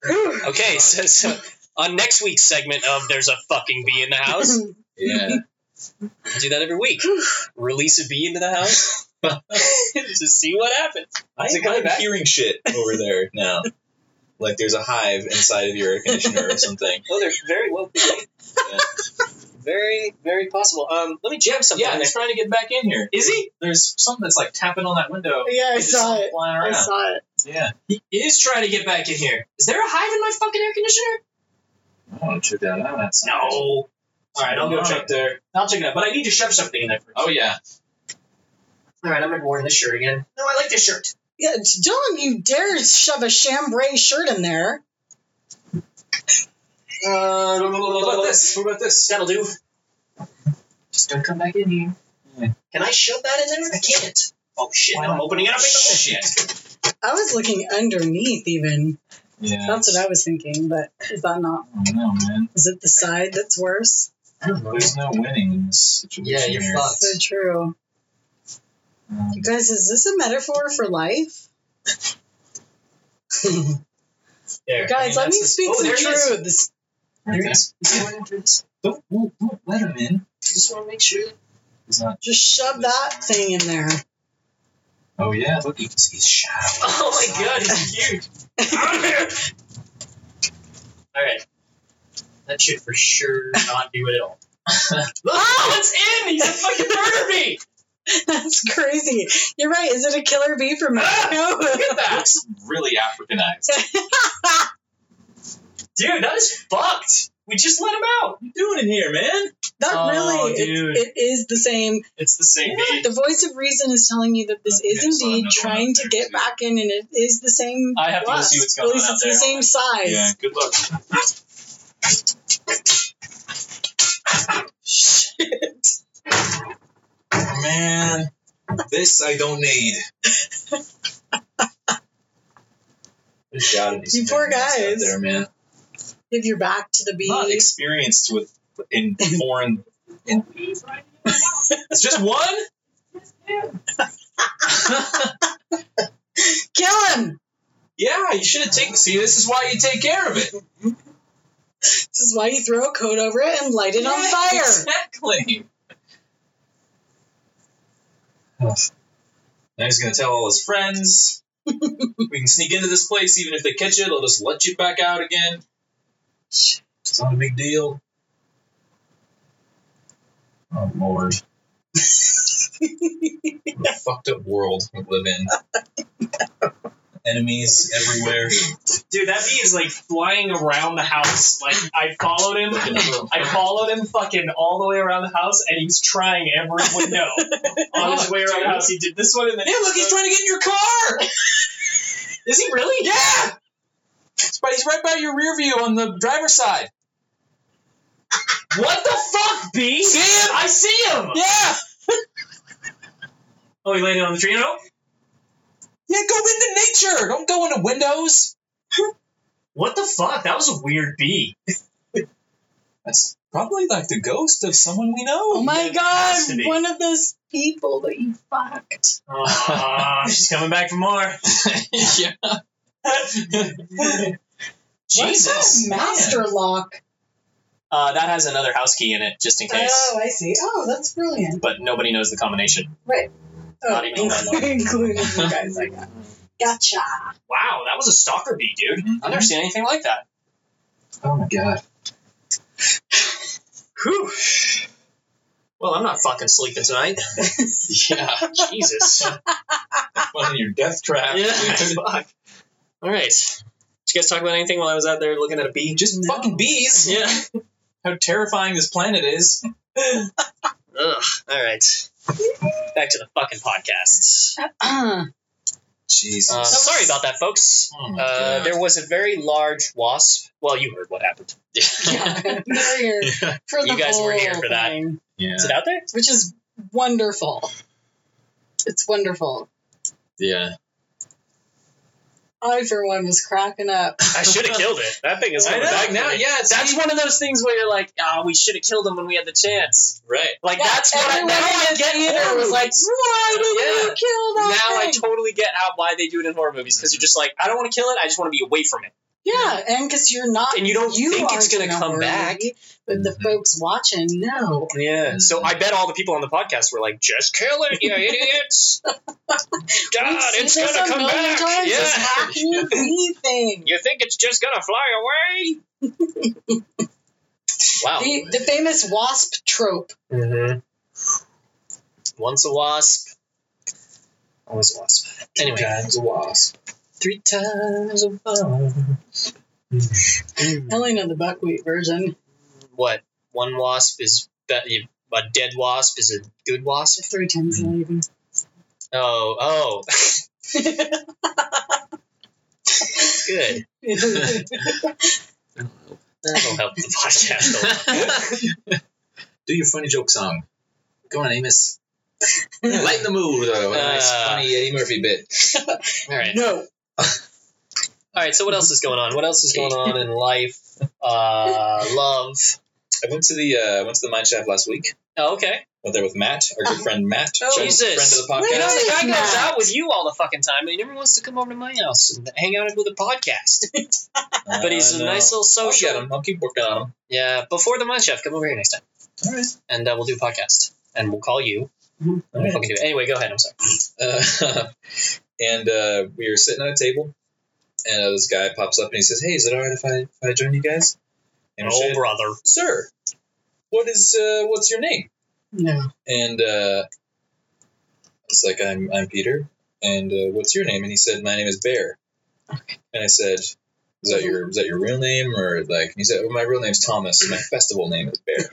Speaker 3: Whew.
Speaker 2: okay. So, so on next week's segment of "There's a fucking bee in the house,"
Speaker 1: Yeah.
Speaker 2: we do that every week. Release a bee into the house. Just see what happens.
Speaker 1: I,
Speaker 2: Is it coming
Speaker 1: I'm
Speaker 2: back?
Speaker 1: hearing shit over there now. Like there's a hive inside of your air conditioner or something.
Speaker 2: Oh, they're very well.
Speaker 1: Yeah.
Speaker 2: Very, very possible. Um, let me jab something.
Speaker 5: Yeah,
Speaker 2: in there.
Speaker 5: he's trying to get back in here.
Speaker 2: Is he?
Speaker 5: There's something that's like tapping on that window.
Speaker 3: Yeah, I
Speaker 5: It's
Speaker 3: saw it.
Speaker 5: Flying
Speaker 3: I
Speaker 5: around.
Speaker 3: saw it.
Speaker 5: Yeah.
Speaker 2: He is trying to get back in here. Is there a hive in my fucking air conditioner?
Speaker 5: I want to check that out. That's
Speaker 2: No. All right, I'll go
Speaker 5: Alright.
Speaker 2: check there. I'll check it out. But I need to shove something in there. First.
Speaker 5: Oh yeah.
Speaker 2: All right, I'm not wearing this shirt again. No, I like this shirt.
Speaker 3: Yeah, don't you dare shove a chambray shirt in there.
Speaker 2: Uh,
Speaker 1: What about this? What about this?
Speaker 2: That'll do. Just don't come back in here.
Speaker 5: Yeah.
Speaker 2: Can I shove that in there? I can't. Oh shit! I'm opening it up. Shit.
Speaker 3: I was looking underneath, even.
Speaker 5: Yeah.
Speaker 3: That's what I was thinking, but is that not?
Speaker 5: I don't know, man.
Speaker 3: Is it the side that's worse?
Speaker 5: There's no winning in this situation.
Speaker 2: Yeah, you're
Speaker 5: here.
Speaker 2: fucked.
Speaker 3: So true.
Speaker 5: Um,
Speaker 3: You guys, is this a metaphor for life?
Speaker 2: There.
Speaker 3: Guys, let me speak
Speaker 2: oh,
Speaker 3: some
Speaker 2: there He is.
Speaker 3: truths.
Speaker 2: There he
Speaker 5: okay.
Speaker 2: is. He's going after this.
Speaker 5: Don't, don't, don't let him in.
Speaker 2: Just want to make sure.
Speaker 5: He's not.
Speaker 3: Just shove that thing in there.
Speaker 5: Oh yeah, look, he's, he's shallow.
Speaker 2: Oh my god, he's huge. Alright. That should for sure not do it at all. oh, it's in! He's a fucking murder bee!
Speaker 3: That's crazy. You're right. Is it a killer bee from
Speaker 2: Ah,
Speaker 3: Mexico?
Speaker 2: Look at that!
Speaker 5: Looks really Africanized.
Speaker 2: Dude, that is fucked! We just let him out!
Speaker 5: What are you doing in here, man?
Speaker 3: Not
Speaker 2: Oh,
Speaker 3: really.
Speaker 2: dude.
Speaker 3: It's, it is the same.
Speaker 2: It's the same bee.
Speaker 3: The voice of reason is telling you that this
Speaker 5: Okay,
Speaker 3: is
Speaker 5: so another
Speaker 3: indeed
Speaker 5: one
Speaker 3: trying
Speaker 5: up
Speaker 3: to
Speaker 5: there,
Speaker 3: get
Speaker 5: too.
Speaker 3: back in, and it is the same.
Speaker 5: I have to go
Speaker 3: wasp.
Speaker 5: see what's going
Speaker 3: At least
Speaker 5: on
Speaker 3: it's
Speaker 5: out
Speaker 3: the same
Speaker 5: there.
Speaker 3: size.
Speaker 5: Yeah, good luck.
Speaker 3: Shit.
Speaker 1: Man, this I don't need.
Speaker 5: There's gotta be
Speaker 3: You
Speaker 5: some
Speaker 3: poor
Speaker 5: Africans out
Speaker 3: guys.
Speaker 5: there, man.
Speaker 3: Give your back to the
Speaker 5: Not
Speaker 3: bee.
Speaker 5: experienced with in foreign. in- it's just one.
Speaker 3: Kill him.
Speaker 5: Yeah, you should have taken. See, this is why you take care of it.
Speaker 3: This is why you throw a coat over it and light it on
Speaker 5: Yeah,
Speaker 3: fire.
Speaker 5: Exactly. Ugh. Now he's gonna tell all his friends. we can sneak into this place, even if they catch it, they'll just let you back out again.
Speaker 1: It's not a big deal. Oh lord. what a fucked up world we live in. Enemies everywhere.
Speaker 2: Dude, that bee is like flying around the house. Like I followed him. I followed him fucking all the way around the house, and he was trying every window on his way around the house. He did this one, and then
Speaker 4: Yeah, look, he's trying to get in your car.
Speaker 2: Is he really?
Speaker 4: Yeah. But he's right by your rear view on the driver's side.
Speaker 2: What the fuck, bee?
Speaker 4: See him?
Speaker 2: I see him.
Speaker 4: Yeah.
Speaker 2: Oh, he landed on the tree. No.
Speaker 4: Yeah, go into nature. Don't go into windows.
Speaker 2: What the fuck? That was a weird bee.
Speaker 1: That's probably like the ghost of someone we know.
Speaker 3: Oh my
Speaker 2: It
Speaker 3: god,
Speaker 2: has to be.
Speaker 3: one of those people that you fucked.
Speaker 2: Ah, she's coming back for more.
Speaker 1: yeah.
Speaker 2: Jesus.
Speaker 3: What's that master lock?
Speaker 2: Uh, that has another house key in it, just in case.
Speaker 3: Oh, I see. Oh, that's brilliant.
Speaker 2: But nobody knows the combination.
Speaker 3: Oh,
Speaker 2: Not even that lock.
Speaker 3: including you guys, I got. Gotcha.
Speaker 2: Wow, that was a stalker bee, dude. I've never seen anything like that.
Speaker 1: Oh my god.
Speaker 2: Whew. Well, I'm not fucking sleeping tonight.
Speaker 1: Yeah.
Speaker 2: Jesus.
Speaker 1: One of your death traps.
Speaker 2: Yeah. Fuck. All right. Did you guys talk about anything while I was out there looking at a bee?
Speaker 1: Just
Speaker 3: No.
Speaker 1: fucking bees.
Speaker 2: Yeah.
Speaker 1: How terrifying this planet is.
Speaker 2: Ugh. All right. Back to the fucking podcast.
Speaker 3: Uh-uh.
Speaker 1: Jesus.
Speaker 4: Um,
Speaker 2: Uh, sorry about that, folks.
Speaker 1: Oh my
Speaker 2: Uh,
Speaker 1: God.
Speaker 2: there was a very large wasp. Well, you heard what happened.
Speaker 3: We're here for the
Speaker 2: You guys were here
Speaker 3: whole
Speaker 2: for that.
Speaker 3: thing,
Speaker 1: yeah.
Speaker 2: Is it out there?
Speaker 3: which is wonderful. It's wonderful.
Speaker 1: Yeah.
Speaker 3: I, for one, was cracking up.
Speaker 2: I should have killed it. That thing is
Speaker 1: I
Speaker 2: coming
Speaker 1: know,
Speaker 2: back
Speaker 1: now,
Speaker 2: now.
Speaker 1: yeah, it's-
Speaker 2: that's one of those things where you're like, ah, we should have killed him when we had the chance.
Speaker 1: Right.
Speaker 2: Like
Speaker 3: Yeah,
Speaker 2: that's what I now
Speaker 3: everyone in
Speaker 2: I
Speaker 3: the
Speaker 2: get
Speaker 3: theater
Speaker 2: horror
Speaker 3: was like,
Speaker 2: movies.
Speaker 3: Why did
Speaker 2: Yeah.
Speaker 3: you kill
Speaker 2: now
Speaker 3: that
Speaker 2: I
Speaker 3: thing?
Speaker 2: totally get how why they do it in horror movies because you're just like, I don't want to kill it. I just want to be away from it.
Speaker 3: Yeah, and because you're not,
Speaker 2: And you don't think it's
Speaker 3: aren't
Speaker 2: gonna
Speaker 3: in a
Speaker 2: come
Speaker 3: horror
Speaker 2: back. Mm-hmm.
Speaker 3: movie, but the
Speaker 1: Mhm.
Speaker 3: folks watching, no.
Speaker 2: Yeah. So I bet all the people on the podcast were like, just kill it, you idiots. God,
Speaker 3: We've seen
Speaker 2: it's
Speaker 3: this
Speaker 2: gonna
Speaker 3: a
Speaker 2: come
Speaker 3: million
Speaker 2: back.
Speaker 3: times. It's
Speaker 2: Yeah.
Speaker 3: not anything.
Speaker 2: You think it's just gonna fly away? wow.
Speaker 3: The, the famous wasp trope.
Speaker 2: Mm-hmm. Once a wasp, always a wasp. Anyway,
Speaker 1: Times a wasp.
Speaker 2: three times a wasp.
Speaker 3: I only know the buckwheat version.
Speaker 2: What? One wasp is be- a dead wasp is a good wasp.
Speaker 3: Three times
Speaker 1: Hmm.
Speaker 3: leaving.
Speaker 2: Oh, oh, good. That'll help the podcast a lot.
Speaker 1: Do your funny joke song. Go on, Amos. Lighten the mood though. with a nice
Speaker 2: Uh.
Speaker 1: funny Eddie Murphy bit.
Speaker 2: All right,
Speaker 3: no.
Speaker 2: all right. So what else is going on? What else is going on in life? Uh, love.
Speaker 1: I went to the uh, went to the mine shaft last week.
Speaker 2: Oh, okay.
Speaker 1: Went there with Matt, our good friend Matt.
Speaker 3: Oh,
Speaker 1: friend-
Speaker 2: Ah. Jesus.
Speaker 1: Friend of the
Speaker 2: You know,
Speaker 1: podcast.
Speaker 2: the guy
Speaker 3: Nice.
Speaker 2: goes out with you all the fucking time, and he never wants to come over to my house and hang out with a podcast. But he's
Speaker 1: Uh,
Speaker 2: a
Speaker 1: no.
Speaker 2: nice little
Speaker 1: I'll
Speaker 2: social.
Speaker 1: get him. I'll keep working on him.
Speaker 2: Yeah, before the Mind Chef, come over here next time,
Speaker 1: All right.
Speaker 2: and uh, we'll do a podcast, and we'll call you. And
Speaker 1: All
Speaker 2: we'll
Speaker 1: right.
Speaker 2: fucking do it. Anyway, go ahead. I'm sorry.
Speaker 1: Uh, and uh, we were sitting at a table, and uh, this guy pops up and he says, "Hey, is it all right if I if I join you guys?" And we
Speaker 2: Oh,
Speaker 1: said,
Speaker 2: brother.
Speaker 1: "Sir, what is uh, what's your name?"
Speaker 3: No.
Speaker 1: And uh, I was like, "I'm I'm Peter." And uh, what's your name? And he said, "My name is Bear." And I said, "Is that your is that your real name or like?" And he said, well, "My real name's Thomas. And my festival name is Bear."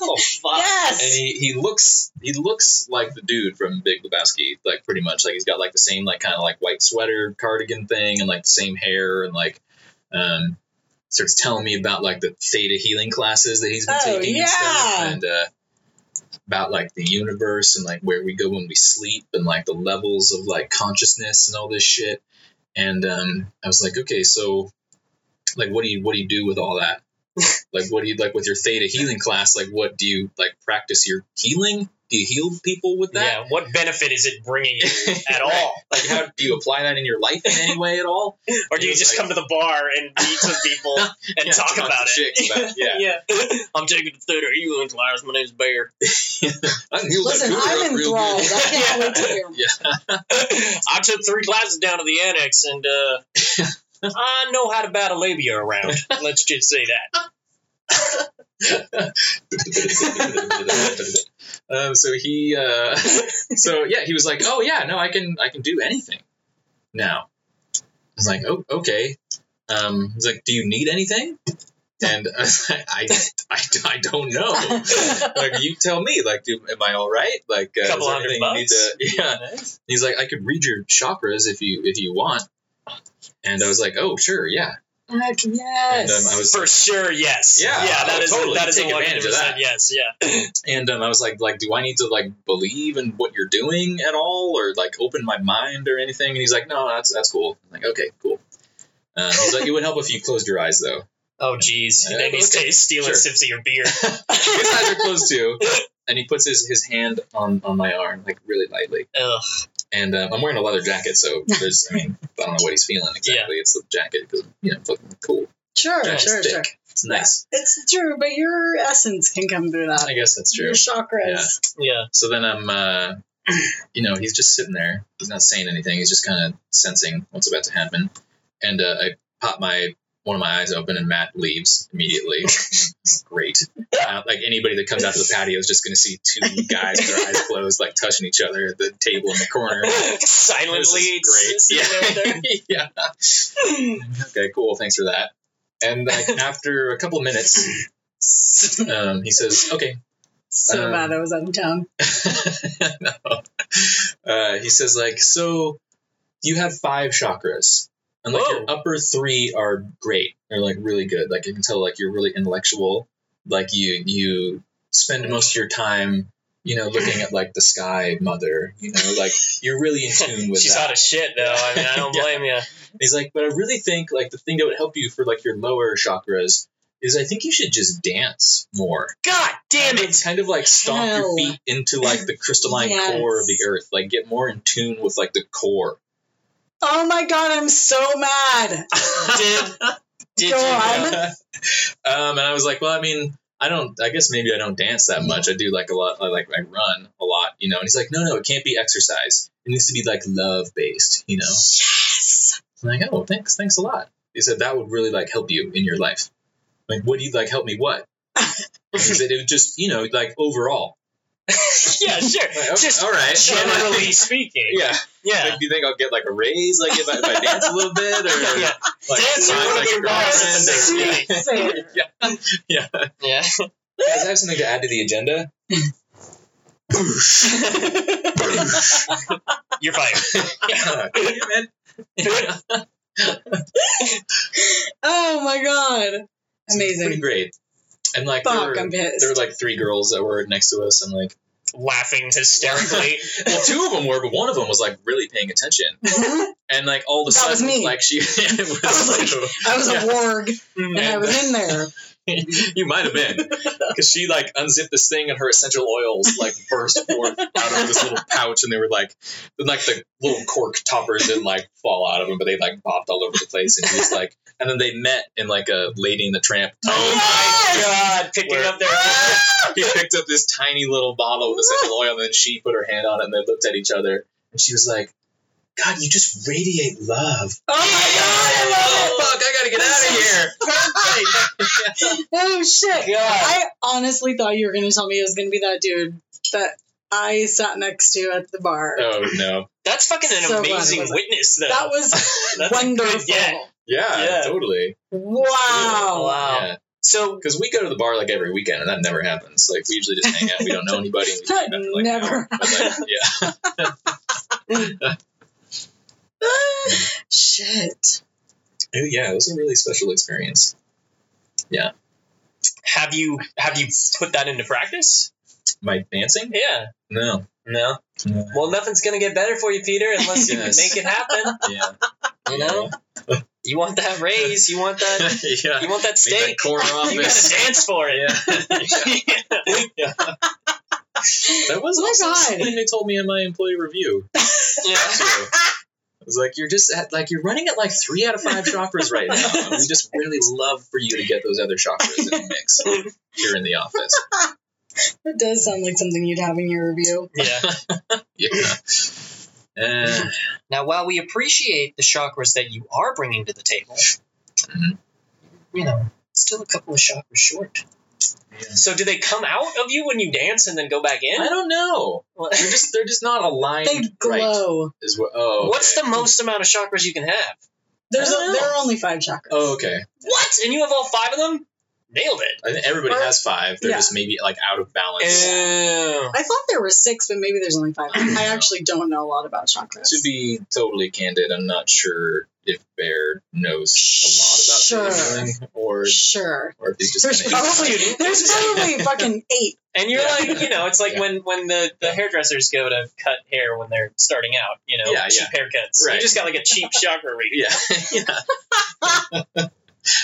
Speaker 2: Oh, fuck.
Speaker 1: and
Speaker 3: Yes.
Speaker 1: he, he looks he looks like the dude from Big Lebowski, like pretty much. Like he's got like the same like kind of like white sweater cardigan thing and like the same hair and like um starts telling me about like the theta healing classes that he's been
Speaker 3: Oh,
Speaker 1: taking
Speaker 3: yeah.
Speaker 1: and stuff and uh about like the universe and like where we go when we sleep and like the levels of like consciousness and all this shit. And um I was like, okay, so like what do you what do you do with all that? like what do you like with your theta healing class like what do you like practice your healing do you heal people with that
Speaker 2: Yeah, what benefit is it bringing you at
Speaker 1: Right.
Speaker 2: all?
Speaker 1: like how do you apply that in your life in any way at all
Speaker 2: Or do you
Speaker 1: It's
Speaker 2: just
Speaker 1: like-
Speaker 2: come to the bar and meet with people and
Speaker 1: Yeah,
Speaker 2: talk
Speaker 1: talk to
Speaker 2: about
Speaker 1: chicks about
Speaker 2: it?
Speaker 1: it, yeah.
Speaker 2: I'm taking the theater. You in class. My name's Bear.
Speaker 1: I can heal that
Speaker 3: Listen,
Speaker 1: too, real-
Speaker 3: I'm
Speaker 1: real
Speaker 3: enthralled.
Speaker 1: good.
Speaker 3: I can't
Speaker 2: Yeah.
Speaker 3: wait to hear.
Speaker 2: I took three classes down to the annex and uh,
Speaker 4: I know how to bat a labia around. Let's just say that.
Speaker 1: um, so he, uh, so yeah, he was like, "Oh yeah, no, I can, I can do anything now." I was like, "Oh, okay." Um, he's like, "Do you need anything?" And I, was like, I, I, I don't know. Like, you tell me. Like, do, am I all right? Like, uh, is
Speaker 4: Couple
Speaker 1: there
Speaker 4: hundred
Speaker 1: anything you need
Speaker 4: bucks?
Speaker 1: to- yeah. He's like, I could read your chakras if you if you want. And I was like, oh sure, yeah.
Speaker 3: Heck
Speaker 1: And
Speaker 3: yes.
Speaker 1: um, I was
Speaker 4: For sure, yes.
Speaker 1: Yeah,
Speaker 4: yeah, that
Speaker 1: I'll
Speaker 4: is
Speaker 1: totally
Speaker 4: that is
Speaker 1: take advantage of
Speaker 4: 100%
Speaker 1: that.
Speaker 4: Yes, yeah.
Speaker 1: and um, I was like, like, do I need to like believe in what you're doing at all, or like open my mind or anything? And he's like, no, that's that's cool. I'm like, okay, cool. Um, he's like, it would help if you closed your eyes though.
Speaker 4: Oh, jeez.
Speaker 1: Uh,
Speaker 4: Then he's
Speaker 1: okay.
Speaker 4: ta- stealing
Speaker 1: Sure.
Speaker 4: sips of your beer.
Speaker 1: His eyes are closed too. And he puts his, his hand on, on my arm like really lightly.
Speaker 4: Ugh.
Speaker 1: And um, I'm wearing a leather jacket, so there's I mean I don't know what he's feeling exactly. It's the jacket because you know fucking cool.
Speaker 3: sure,
Speaker 1: Jacket's
Speaker 3: sure,
Speaker 1: thick.
Speaker 3: sure.
Speaker 1: It's nice.
Speaker 3: It's true, but your essence can come through that.
Speaker 1: I guess that's true.
Speaker 3: Your chakras.
Speaker 4: Yeah.
Speaker 1: So then I'm, uh, you know, he's just sitting there. He's not saying anything. He's just kind of sensing what's about to happen. And uh, I pop my one of my eyes open, and Matt leaves immediately. Great. Uh, like anybody that comes out to the patio is just going to see two guys with their eyes closed, like touching each other at the table in the corner.
Speaker 4: Silently.
Speaker 1: This
Speaker 4: sitting
Speaker 1: is
Speaker 4: there with her.
Speaker 1: great. Yeah. yeah. Okay. Cool. Thanks for that. And like after a couple minutes, um, he says, "Okay,
Speaker 3: So
Speaker 1: Um,
Speaker 3: bad I was out of town.
Speaker 1: no. Uh, he says like, so you have five chakras, and like your
Speaker 4: Whoa.
Speaker 1: upper three are great. They're like really good. Like you can tell like you're really intellectual. Like you you spend most of your time, you know, looking at like the sky mother. You know, like you're really in tune with
Speaker 4: She's
Speaker 1: that.
Speaker 4: hot as shit, though. I mean, I don't
Speaker 1: Yeah.
Speaker 4: blame you.
Speaker 1: And He's like, but I really think like the thing that would help you for like your lower chakras is I think you should just dance more.
Speaker 4: God damn
Speaker 1: Kind of-
Speaker 4: it!
Speaker 1: Kind of like stomp your
Speaker 3: Hell.
Speaker 1: feet into like the crystalline
Speaker 3: Yes.
Speaker 1: core of the earth. Like get more in tune with like the core.
Speaker 3: Oh my god, I'm so mad.
Speaker 4: Did, did
Speaker 3: Go
Speaker 4: you
Speaker 3: on.
Speaker 4: know?
Speaker 1: um, and I was like, well, I mean, I don't. I guess maybe I don't dance that much. I do like a lot. I like I run a lot, you know. And he's like, no, no, it can't be exercise. It needs to be like love based, you know.
Speaker 3: Yes.
Speaker 1: I'm like, oh, thanks, thanks a lot. He said that would really like help you in your life. Like, what do you like? Help me what? And he said it would just, you know, like overall.
Speaker 4: Yeah, sure.
Speaker 1: Like, oh,
Speaker 4: Just
Speaker 1: all right.
Speaker 4: generally speaking.
Speaker 1: yeah.
Speaker 4: Yeah.
Speaker 1: Like, do you think I'll get like a raise, like if I, if I dance a little bit, or
Speaker 4: Yeah.
Speaker 1: like,
Speaker 4: Dance,
Speaker 1: sign,
Speaker 4: you're gonna
Speaker 1: like,
Speaker 4: get
Speaker 1: a
Speaker 4: raises.
Speaker 1: girlfriend, or-
Speaker 4: Yeah.
Speaker 3: Sweet savior.
Speaker 1: yeah,
Speaker 4: Yeah.
Speaker 1: Guys, I have something to add to the agenda.
Speaker 4: You're fired.
Speaker 1: Yeah, man. Yeah,
Speaker 3: Oh my god.
Speaker 1: pretty
Speaker 3: Amazing.
Speaker 1: great. And like there,
Speaker 3: Fuck,
Speaker 1: were,
Speaker 3: I'm pissed.
Speaker 1: there were like three girls that were next to us, and like
Speaker 4: Laughing hysterically.
Speaker 1: well, two of them were, but one of them was like really paying attention, and like all of a
Speaker 3: That
Speaker 1: sudden,
Speaker 3: was me.
Speaker 1: like she it was like,
Speaker 3: I was
Speaker 1: Yeah.
Speaker 3: a warg and I
Speaker 1: And-
Speaker 3: was in there.
Speaker 1: you might have been because she like unzipped this thing and her essential oils like burst forth out of this little pouch and they were like then like the little cork toppers didn't like fall out of them but they like bopped all over the place and he was like and then they met in like a lady in the tramp
Speaker 4: Oh my god, picking
Speaker 1: Where-
Speaker 4: up their
Speaker 1: he picked up this tiny little bottle with essential oil and then she put her hand on it and they looked at each other and she was like god you just radiate love
Speaker 3: Oh my god, I love it.
Speaker 1: oh fuck i gotta get out of here
Speaker 3: Oh shit.
Speaker 4: God.
Speaker 3: I honestly thought you were gonna tell me it was gonna be that dude that I sat next to at the bar.
Speaker 1: oh no
Speaker 4: That's fucking an
Speaker 3: So glad it
Speaker 4: amazing
Speaker 3: wasn't.
Speaker 4: witness, though.
Speaker 3: That was
Speaker 4: That's a good
Speaker 3: wonderful.
Speaker 4: get.
Speaker 1: yeah,
Speaker 4: Yeah.
Speaker 1: totally
Speaker 3: Wow.
Speaker 4: Wow.
Speaker 1: yeah
Speaker 4: So,
Speaker 1: because we go to the bar like every weekend, and that never happens. Like we usually just hang out. We don't know anybody. and we
Speaker 3: That
Speaker 1: hang out for, like, an
Speaker 3: never
Speaker 1: hour. But, like, yeah.
Speaker 3: Shit.
Speaker 1: Oh, Yeah, it was a really special experience.
Speaker 4: have you have you put that into practice?
Speaker 1: My dancing?
Speaker 4: Yeah.
Speaker 1: No.
Speaker 4: No. Well, nothing's gonna get better for you, Peter, unless you
Speaker 1: Yes.
Speaker 4: make it happen.
Speaker 1: Yeah.
Speaker 4: You know? You want that raise? You want that?
Speaker 1: yeah.
Speaker 4: You want that
Speaker 1: Make
Speaker 4: steak?
Speaker 1: that core
Speaker 4: You gotta
Speaker 1: office.
Speaker 4: dance for it.
Speaker 1: yeah. That was
Speaker 3: Oh my
Speaker 1: also
Speaker 3: God.
Speaker 1: something they told me in my employee review.
Speaker 4: Yeah.
Speaker 1: Too. I was like, you're just at like you're running at like three out of five chakras right now. And we just really love for you to get those other chakras in the mix here in the office.
Speaker 3: That does sound like something you'd have in your review.
Speaker 4: Yeah.
Speaker 1: yeah. Eh,
Speaker 4: Now, while we appreciate the chakras that you are bringing to the table,
Speaker 1: Mhm.
Speaker 4: you know, still a couple of chakras short.
Speaker 1: Yeah.
Speaker 4: So, do they come out of you when you dance and then go back in?
Speaker 1: I don't know. They're just they're just not aligned
Speaker 3: They
Speaker 1: right.
Speaker 3: glow.
Speaker 1: Is what? Oh, okay.
Speaker 4: What's the most amount of chakras you can have?
Speaker 3: There's a,
Speaker 1: I don't
Speaker 3: there
Speaker 1: know.
Speaker 3: are only five chakras.
Speaker 1: Oh, okay.
Speaker 4: What? And you have all five of them? Nailed it.
Speaker 1: I think everybody
Speaker 3: Or-
Speaker 1: has five. They're
Speaker 3: yeah.
Speaker 1: just maybe like out of balance.
Speaker 4: Ew.
Speaker 3: I thought there were six, but maybe there's only five. I actually don't know a lot about chakras.
Speaker 1: To be totally candid, I'm not sure if Bear knows a lot about
Speaker 3: Sure.
Speaker 1: this thing, or
Speaker 3: sure.
Speaker 1: or if he's
Speaker 3: There's
Speaker 1: just gonna
Speaker 3: probably there's probably fucking eight.
Speaker 4: And you're
Speaker 1: Yeah.
Speaker 4: like, you know, it's like
Speaker 1: Yeah.
Speaker 4: when when the, the hairdressers go to cut hair when they're starting out, you know,
Speaker 1: Yeah, yeah.
Speaker 4: cheap haircuts. You
Speaker 1: Right.
Speaker 4: just got like a cheap chakra reading.
Speaker 1: yeah yeah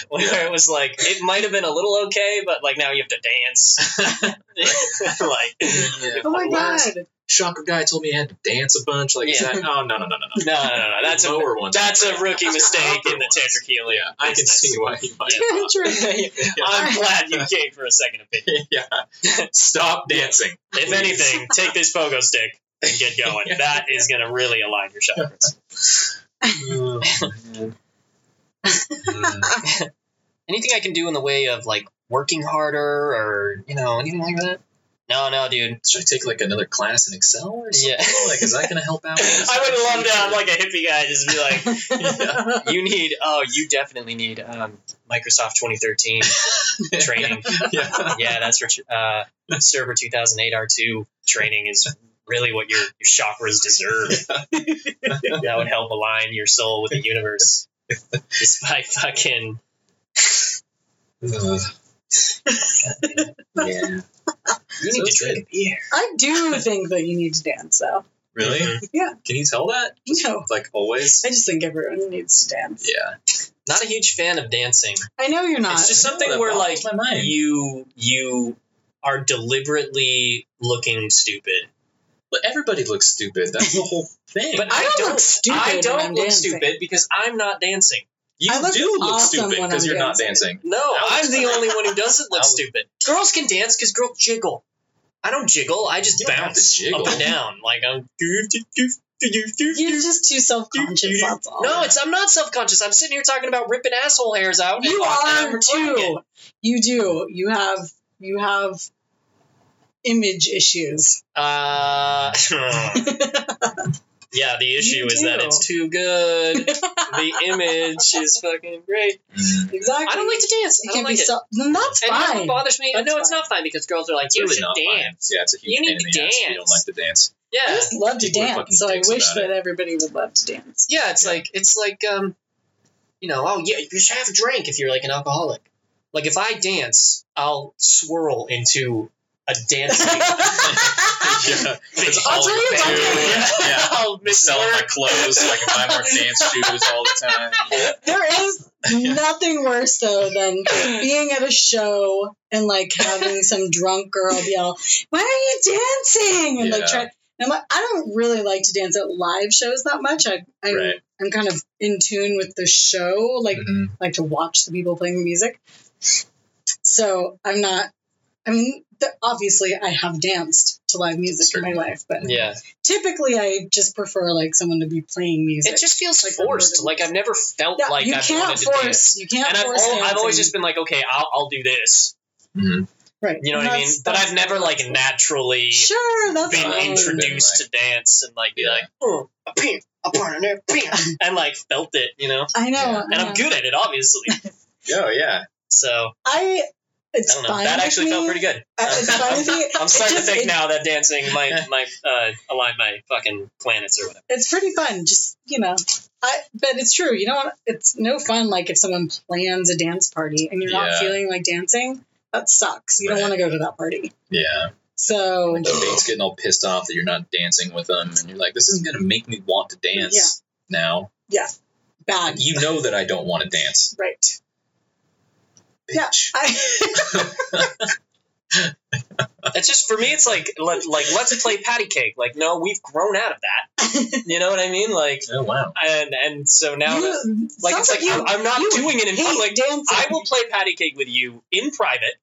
Speaker 4: where it was like it might have been a little okay, but like now you have to dance. like
Speaker 1: yeah.
Speaker 3: Oh my
Speaker 1: Last
Speaker 3: god.
Speaker 1: Chakra guy told me I had to dance a bunch. Like, is
Speaker 4: Yeah.
Speaker 1: that? Oh no no no no no.
Speaker 4: no, no, no, no. Oh, That's a
Speaker 1: lower one.
Speaker 4: that's a rookie mistake in the tetrachilia.
Speaker 1: yeah. I can
Speaker 4: business.
Speaker 1: see why he might.
Speaker 3: Tantric.
Speaker 4: I'm glad you came for a second opinion.
Speaker 1: yeah. Stop dancing.
Speaker 4: If anything, take this pogo stick and get going. That is going to really align your chakras. Anything I can do in the way of like working harder or you know anything like that? No, no, dude.
Speaker 1: Should I take like another class in Excel or something?
Speaker 4: Yeah.
Speaker 1: Like, is that gonna help out?
Speaker 4: I would love to have like a hippie guy just be like,
Speaker 1: Yeah.
Speaker 4: you need oh you definitely need um, microsoft 2013 training
Speaker 1: Yeah.
Speaker 4: yeah that's what you- uh, server 2008 r2 training is really what your, your chakras deserve that would help align your soul with the universe just by fucking
Speaker 1: Ugh. yeah.
Speaker 4: you
Speaker 1: So
Speaker 4: need to
Speaker 1: it's
Speaker 4: drink a beer
Speaker 3: I do think that you need to dance though.
Speaker 1: Really?
Speaker 3: Yeah.
Speaker 1: Can you tell that?
Speaker 3: No.
Speaker 1: Like always?
Speaker 3: I just think everyone needs to dance.
Speaker 1: Yeah.
Speaker 4: not a huge fan of dancing
Speaker 3: I know you're not.
Speaker 4: it's just something
Speaker 1: That
Speaker 4: where like
Speaker 1: boggles my mind.
Speaker 4: you you are deliberately looking stupid
Speaker 1: But everybody looks stupid. That's the whole thing.
Speaker 4: but
Speaker 3: I
Speaker 4: i,
Speaker 3: don't look
Speaker 4: don't
Speaker 3: stupid
Speaker 4: i
Speaker 3: when
Speaker 4: don't
Speaker 3: I'm
Speaker 4: look
Speaker 3: dancing.
Speaker 4: stupid because i'm not dancing
Speaker 1: you
Speaker 3: I look
Speaker 1: do look
Speaker 3: awesome
Speaker 1: stupid
Speaker 3: when
Speaker 1: because
Speaker 3: I'm
Speaker 1: you're not dancing.
Speaker 4: No,
Speaker 1: Alex.
Speaker 4: I'm the only one who doesn't look
Speaker 1: Alex.
Speaker 4: stupid. Girls can dance because girls jiggle. I don't jiggle. I just
Speaker 1: You don't have
Speaker 4: bounce
Speaker 1: to jiggle.
Speaker 4: up and down like I'm.
Speaker 3: You're just too self conscious, that's all.
Speaker 4: No, it's I'm not self conscious. I'm sitting here talking about ripping asshole hairs out. and
Speaker 3: you
Speaker 4: I'm
Speaker 3: are
Speaker 4: recording
Speaker 3: too.
Speaker 4: it.
Speaker 3: You do. You have you have image issues.
Speaker 4: Uh, yeah, the issue
Speaker 3: You
Speaker 4: is that
Speaker 3: do.
Speaker 4: it's too good. the image is fucking great.
Speaker 1: Mm.
Speaker 3: Exactly.
Speaker 4: I don't like to dance.
Speaker 3: You
Speaker 4: I don't
Speaker 3: can't
Speaker 4: like
Speaker 3: be
Speaker 4: it.
Speaker 3: self. Then that's
Speaker 4: and that's what
Speaker 3: fine.
Speaker 4: bothers me.
Speaker 3: That's
Speaker 4: no, it's
Speaker 3: fine.
Speaker 4: not fine because girls are like,
Speaker 1: It's
Speaker 4: you
Speaker 1: really
Speaker 4: should
Speaker 1: not mine.
Speaker 4: dance.
Speaker 1: Yeah, it's a huge
Speaker 4: You need
Speaker 1: pain in
Speaker 4: to
Speaker 1: the ass if You don't
Speaker 4: dance.
Speaker 1: like to dance.
Speaker 3: I
Speaker 4: Yeah.
Speaker 3: just love to
Speaker 1: People are
Speaker 3: dance,
Speaker 1: fucking
Speaker 3: so I
Speaker 1: dicks
Speaker 3: wish
Speaker 1: about
Speaker 3: that everybody would love to dance.
Speaker 4: Yeah, it's like it's like um, you know, oh yeah, you should have a drink if you're like an alcoholic. Like if I dance, I'll swirl into a dancing.
Speaker 1: yeah.
Speaker 4: It's
Speaker 1: I'll
Speaker 4: all
Speaker 3: tell you
Speaker 4: bad.
Speaker 3: something.
Speaker 1: Yeah. Yeah.
Speaker 4: I'll miss
Speaker 1: Sell my
Speaker 4: work.
Speaker 1: clothes so I can buy more dance shoes all the time. Yeah.
Speaker 3: There is nothing worse though than being at a show and like having some drunk girl yell, "Why are you dancing?" and like
Speaker 1: Yeah.
Speaker 3: try. and I'm like, I don't really like to dance at live shows that much. I, I'm,
Speaker 1: Right.
Speaker 3: I'm kind of in tune with the show, like
Speaker 1: Mhm.
Speaker 3: like to watch the people playing the music. So I'm not. I mean, th- obviously, I have danced to live music in my
Speaker 1: Certainly.
Speaker 3: life, but
Speaker 4: Yeah,
Speaker 3: typically, I just feels like someone to be playing music.
Speaker 4: it just feels
Speaker 3: Like
Speaker 4: forced.
Speaker 3: murder.
Speaker 4: Like I've never felt
Speaker 3: Yeah,
Speaker 4: like
Speaker 3: you
Speaker 4: I've
Speaker 3: can't
Speaker 4: wanted to
Speaker 3: force.
Speaker 4: dance.
Speaker 3: You can't
Speaker 4: And I've,
Speaker 3: force.
Speaker 4: al- I've always
Speaker 3: dancing.
Speaker 4: just been like, okay, I'll, I'll do this.
Speaker 1: Mhm.
Speaker 3: right.
Speaker 4: You know what I mean?
Speaker 3: That's-
Speaker 4: But
Speaker 3: that's-
Speaker 4: I've never like naturally
Speaker 3: sure that's
Speaker 4: been
Speaker 3: fine.
Speaker 4: introduced to dance and like be
Speaker 1: Yeah.
Speaker 4: like, oh, a pin, a partner, a pin," and like felt it. You know.
Speaker 3: I know,
Speaker 1: Yeah.
Speaker 4: and
Speaker 3: I
Speaker 4: I'm
Speaker 3: know.
Speaker 4: good at it, obviously.
Speaker 1: Oh, yeah.
Speaker 4: So
Speaker 3: I.
Speaker 4: I
Speaker 3: It's
Speaker 4: don't know.
Speaker 3: fine.
Speaker 4: That
Speaker 3: with
Speaker 4: actually
Speaker 3: me.
Speaker 4: felt pretty good.
Speaker 3: I- It's fine with me.
Speaker 4: I'm
Speaker 3: It
Speaker 4: starting to
Speaker 3: just-
Speaker 4: think
Speaker 3: it-
Speaker 4: now that dancing might might uh, align my fucking planets or whatever.
Speaker 3: It's pretty fun. Just you know, I. But it's true. You know, it's no fun. Like if someone plans a dance party and you're not
Speaker 1: Yeah.
Speaker 3: feeling like dancing, that sucks. You don't
Speaker 1: Right.
Speaker 3: want to go to that party.
Speaker 1: Yeah.
Speaker 3: So
Speaker 1: The mate's getting all pissed off that you're not dancing with them, and you're like, this isn't going to make me want to dance now.
Speaker 3: bad.
Speaker 1: You know that I don't want to dance.
Speaker 3: Right. Yeah.
Speaker 1: Bitch.
Speaker 3: I,
Speaker 4: It's just for me. It's like let, like let's play patty cake. Like no, we've grown out of that. You know what I mean? Like
Speaker 1: Oh, wow.
Speaker 4: and and so now that,
Speaker 3: you,
Speaker 4: like it's
Speaker 3: sounds
Speaker 4: like
Speaker 3: you
Speaker 4: I'm, I'm not
Speaker 3: you
Speaker 4: doing it in
Speaker 3: hate
Speaker 4: public.
Speaker 3: dancing.
Speaker 4: I will play patty cake with you in private